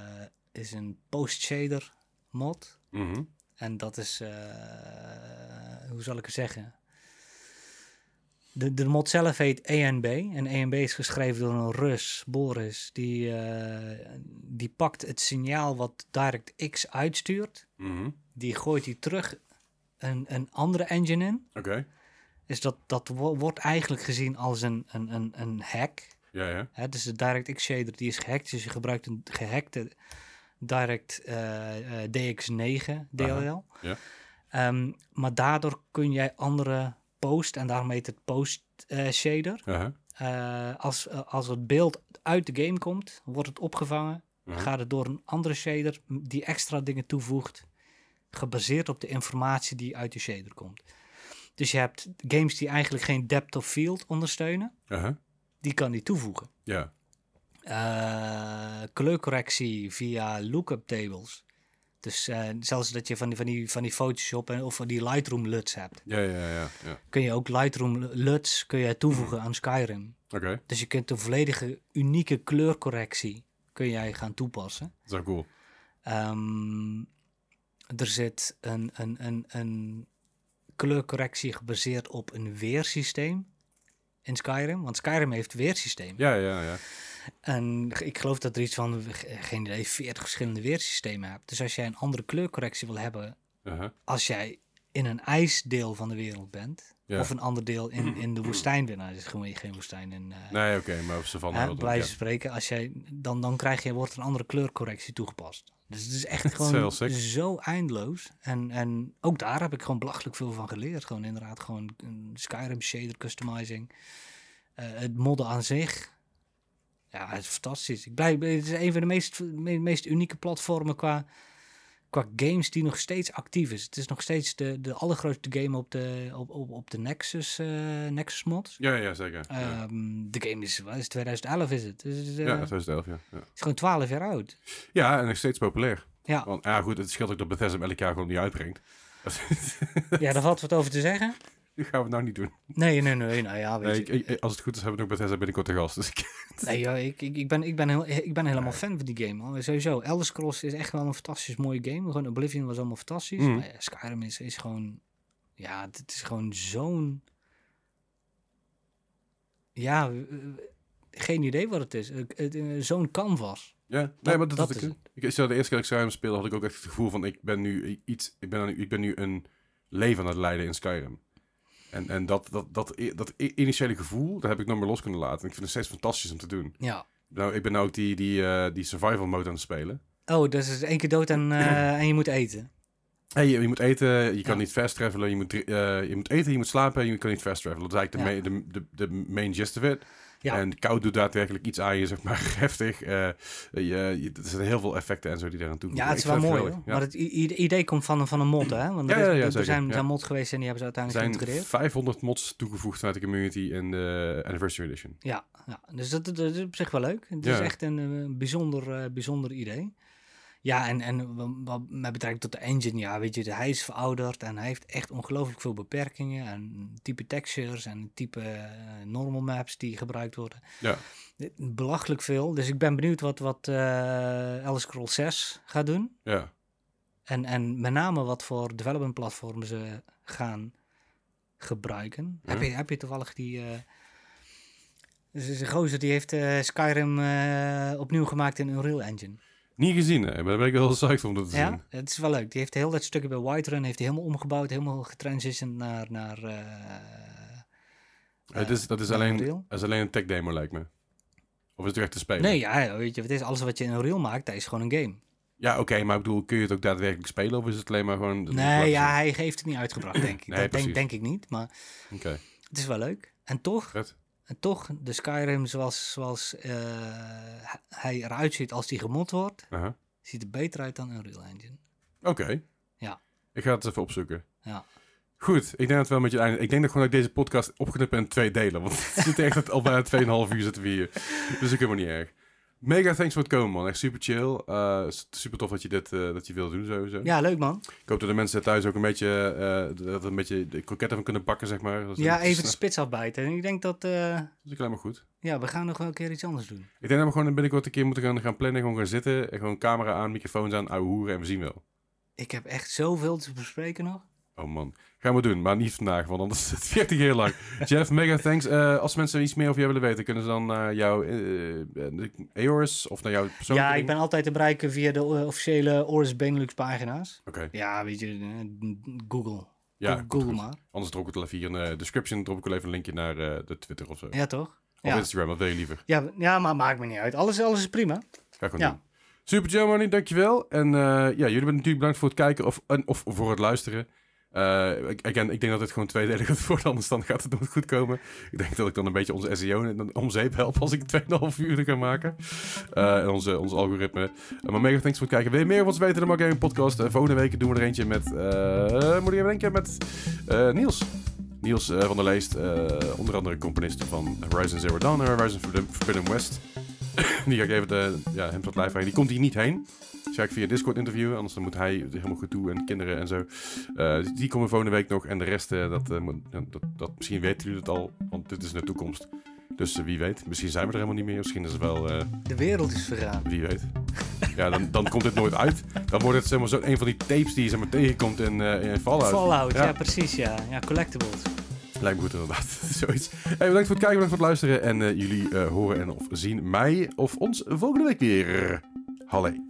is een post-shader mod.
Mhm.
En dat is, eh, hoe zal ik het zeggen? De, de mod zelf heet ENB. En ENB is geschreven door een Rus, Boris. Die, eh, die pakt het signaal wat DirectX uitstuurt.
Mhm.
Die gooit die terug een, een andere engine in.
Oké.
Dus dat, dat wo- wordt eigenlijk gezien als een, een, een, een hack.
Ja, ja.
Hè, dus de DirectX shader die is gehackt. Dus je gebruikt een gehackte Direct eh, eh, DX9 DLL.
ja.
Ehm, maar daardoor kun jij andere post, en daarom heet het post eh, shader.
Aha.
eh, als, eh, als het beeld uit de game komt, wordt het opgevangen.
Mhm.
Gaat het door een andere shader m- die extra dingen toevoegt. Gebaseerd op de informatie die uit de shader komt. Dus je hebt games die eigenlijk geen depth of field ondersteunen.
Aha.
Die kan die toevoegen
Ja.
eh kleurcorrectie via lookup tables. Dus eh, zelfs dat je van die, van die, van die Photoshop en, of van die Lightroom LUTs hebt.
Ja, ja, ja. ja.
Kun je ook Lightroom LUTs kun je toevoegen aan Skyrim.
Oké.
Dus je kunt een volledige unieke kleurcorrectie kun jij gaan toepassen.
Dat is wel cool.
Ehm, er zit een, een, een, een kleurcorrectie gebaseerd op een weersysteem in Skyrim. Want Skyrim heeft weersysteem.
Ja, ja, ja.
En g- ik geloof dat er iets van, eh, geen idee, 40 verschillende weersystemen hebt. Dus als jij een andere kleurcorrectie wil hebben,
Aha.
als jij in een ijsdeel van de wereld bent,
Ja.
of een ander deel in, in de woestijn bent, nou, er is gewoon geen woestijn in. eh
Nee, oké, maar op
hè,
Savannah. wel
bij
eh, dan,
wijze
ja.
van spreken, als jij, dan, dan krijg je, wordt een andere kleurcorrectie toegepast. Dus het is echt
is heel
gewoon
sick.
zo eindeloos. En, en ook daar heb ik gewoon belachelijk veel van geleerd. Gewoon inderdaad, gewoon een Skyrim shader customizing. Eh, het modden aan zich. Ja, het is fantastisch. Ik blijf, het is een van de meest, me- meest unieke platformen qua, qua games die nog steeds actief is. Het is nog steeds de, de allergrootste game op de, op, op, op de Nexus, eh Nexus mods.
Ja, ja, zeker. ja.
Ehm, de game is, wat is het, 2011 is het. Dus het is, eh,
ja, 2011, ja. ja.
het is gewoon 12 jaar oud.
Ja, en nog steeds populair.
Ja.
Want, ja, goed, het scheelt ook dat Bethesda hem elk jaar gewoon niet uitbrengt.
Ja, daar valt wat over te zeggen.
Dat gaan we nou niet doen.
Nee, nee, nee. Nou ja, weet
Nee,
je.
ik- ik- als het goed is, hebben we nog Bethesda binnenkort te gast. Dus ik-
Nee, joh, ik, ik, ik, ben, ik, ben heel, ik ben helemaal fan van die game. Man. Sowieso, Elder Scrolls is echt wel een fantastisch mooie game. Gewoon Oblivion was allemaal fantastisch.
Mhm.
Maar ja, Skyrim is, is gewoon... Ja, het het is gewoon zo'n... Ja, eh, geen idee wat het is. Het- het, eh, Zo'n canvas.
ja, nee, maar dat,
dat
dat ik,
is
ik, ik- de eerste keer dat ik Skyrim speelde, had ik ook echt het gevoel van, ik ben nu iets, ik ben, nu- ik ben nu een leven aan het leiden in Skyrim. En, en dat, dat, dat, dat, i- initiële gevoel, dat heb ik nooit meer los kunnen laten. Ik vind het steeds fantastisch om te doen.
Ja.
Nou, ik ben nou ook die, die, eh, die survival mode aan het spelen.
Oh, dus het is één keer dood en, eh, en je moet eten.
Hey, je, je moet eten, je kan
Ja.
niet fast travelen, je moet, dri- eh, je moet eten, je moet slapen en je kan niet fast travelen. Dat is eigenlijk de, ma- de, de, de main gist of it.
Ja.
En koud doet daadwerkelijk iets aan je, zeg maar, heftig. Eh, je, je- er zijn heel veel effecten en zo die daaraan toevoegen.
Ja, het
Ik
is wel
vind
mooi.
geweldig,
hoor.
ja.
Maar het i- i- idee komt van een, van een mod, hè? Want er,
Ja, ja,
is-
ja,
er
zeker,
zijn,
ja.
zijn mods geweest en die hebben ze
er
uiteindelijk
zijn
geïntegreerd.
500 mods toegevoegd vanuit de community in de Anniversary Edition.
Ja, ja, dus dat, dat- dat is op zich wel leuk. Het is
Ja.
echt een eh, bijzonder, eh, bijzonder idee. Ja, en, en wat, wat met betrekking tot de engine, ja, weet je, hij is verouderd en hij heeft echt ongelooflijk veel beperkingen. En type textures en type eh, normal maps die gebruikt worden.
Ja,
Belachelijk veel. Dus ik ben benieuwd wat, wat eh Elder Scrolls 6 gaat doen.
ja.
En, en met name wat voor development platformen ze gaan gebruiken.
Ja.
Heb, je, heb je toevallig die... eh dus is een gozer die heeft eh, Skyrim eh, opnieuw gemaakt in Unreal Engine.
Niet gezien, hè, maar daar ben ik wel psyched om dat te zien.
Ja, het is wel leuk. Die heeft heel dat stukje bij Whiterun heeft hij helemaal omgebouwd. Helemaal getransitioned naar... naar eh,
Het is, dat, is
Ja,
alleen,
Unreal.
dat is alleen een tech demo, lijkt me. Of is het echt te spelen?
nee, ja, weet je, het is alles wat je in Unreal maakt, dat is gewoon een game.
Ja, oké, maar ik bedoel, kun je het ook daadwerkelijk spelen? Of is het alleen maar gewoon...
Nee, ja, hij heeft het niet uitgebracht, denk ik.
Nee,
dat
precies.
denk, denk ik niet, maar
Oké,
het is wel leuk. En toch,
vet.
En toch, de Skyrim zoals, zoals eh, hij eruit ziet als die gemod wordt,
Aha.
ziet er beter uit dan Unreal Engine.
Oké.
Ja.
Ik ga het eens even opzoeken.
Ja.
Goed, ik denk dat het wel met je einde. Ik denk dat gewoon dat ik deze podcast opgeknipt en in twee delen. Want het zit echt al bijna 2,5 uur zitten we hier. Dus ik helemaal niet erg. Mega thanks voor het komen, man. Echt super chill. Eh, s- super tof dat je dit eh, dat je wil doen, sowieso.
Ja, leuk man.
Ik hoop dat de mensen thuis ook een beetje, eh, dat er een beetje de kroketten van kunnen bakken, zeg maar. Dat is-
Ja,
dat is-
even de spits afbijten. En ik denk dat, eh,
Dat is alleen maar goed.
ja, we gaan nog wel een keer iets anders doen.
Ik denk dat we gewoon binnenkort een keer moeten gaan, gaan plannen. Gewoon gaan zitten. En gewoon camera aan, microfoons aan, ouwe hoeren en we zien wel.
Ik heb echt zoveel te bespreken nog.
Oh man, gaan we doen, maar niet vandaag, want anders zit het 40 heel lang. Jeff, mega thanks. Eh, als mensen iets meer over jou willen weten, kunnen ze dan naar jouw eh, EORS of naar jouw persoonlijke
ja, ik
ding?
ben altijd te bereiken via de eh, officiële Oris Benelux pagina's.
Oké,
Ja, weet je, eh, Google.
ja.
Google,
komt goed.
maar.
Anders drop ik het wel even hier in de description, drop ik wel even een linkje naar eh, de Twitter of zo.
Ja, toch?
Of
Ja.
Instagram, wat wil je liever?
Ja, ja, maar maakt me niet uit. Alles, alles is prima.
Ga gewoon
Ja.
doen. Super Germany, dankjewel. En eh, ja, jullie hebben natuurlijk bedankt voor het kijken of, en- of voor het luisteren. Eh, ik- again, ik denk dat het gewoon tweedelig gaat worden, anders dan gaat het nooit goed komen. Ik denk dat ik dan een beetje onze SEO en dan om zeep help als ik 2,5 uur ga maken. Eh, en onze, onze algoritme. Eh, maar mega thanks voor het kijken. Wil je meer van ons weten, dan maak jij een podcast. Eh, volgende week doen we er eentje met, eh, moet ik even denken, met eh, Niels. Niels eh, van der Leest, eh, onder andere componist van Horizon Zero Dawn en Horizon Forbidden- Forbidden West. Die ga ik even de, ja, hem tot live rijden. Die komt hier niet heen. Dus ga ik via Discord interviewen. Anders dan moet hij helemaal goed toe en kinderen en zo. Eh, dus die komen volgende week nog. En de rest, eh, dat, eh, moet- ja, dat, dat, misschien weten jullie het al. Want dit is de toekomst. Dus eh, wie weet. Misschien zijn we er helemaal niet meer. Misschien is het wel... eh,
De wereld is vergaan.
wie weet. Ja, dan, dan komt dit nooit uit. Dan wordt het zeg maar, zo een van die tapes die je zeg maar, tegenkomt in, eh, in Fallout.
Fallout, ja.
Ja.
precies, ja. Ja, collectibles.
Lijkt me goed inderdaad. Zoiets. Hey, bedankt voor het kijken, bedankt voor het luisteren. En eh, jullie eh, horen en of zien mij of ons volgende week weer. Halle.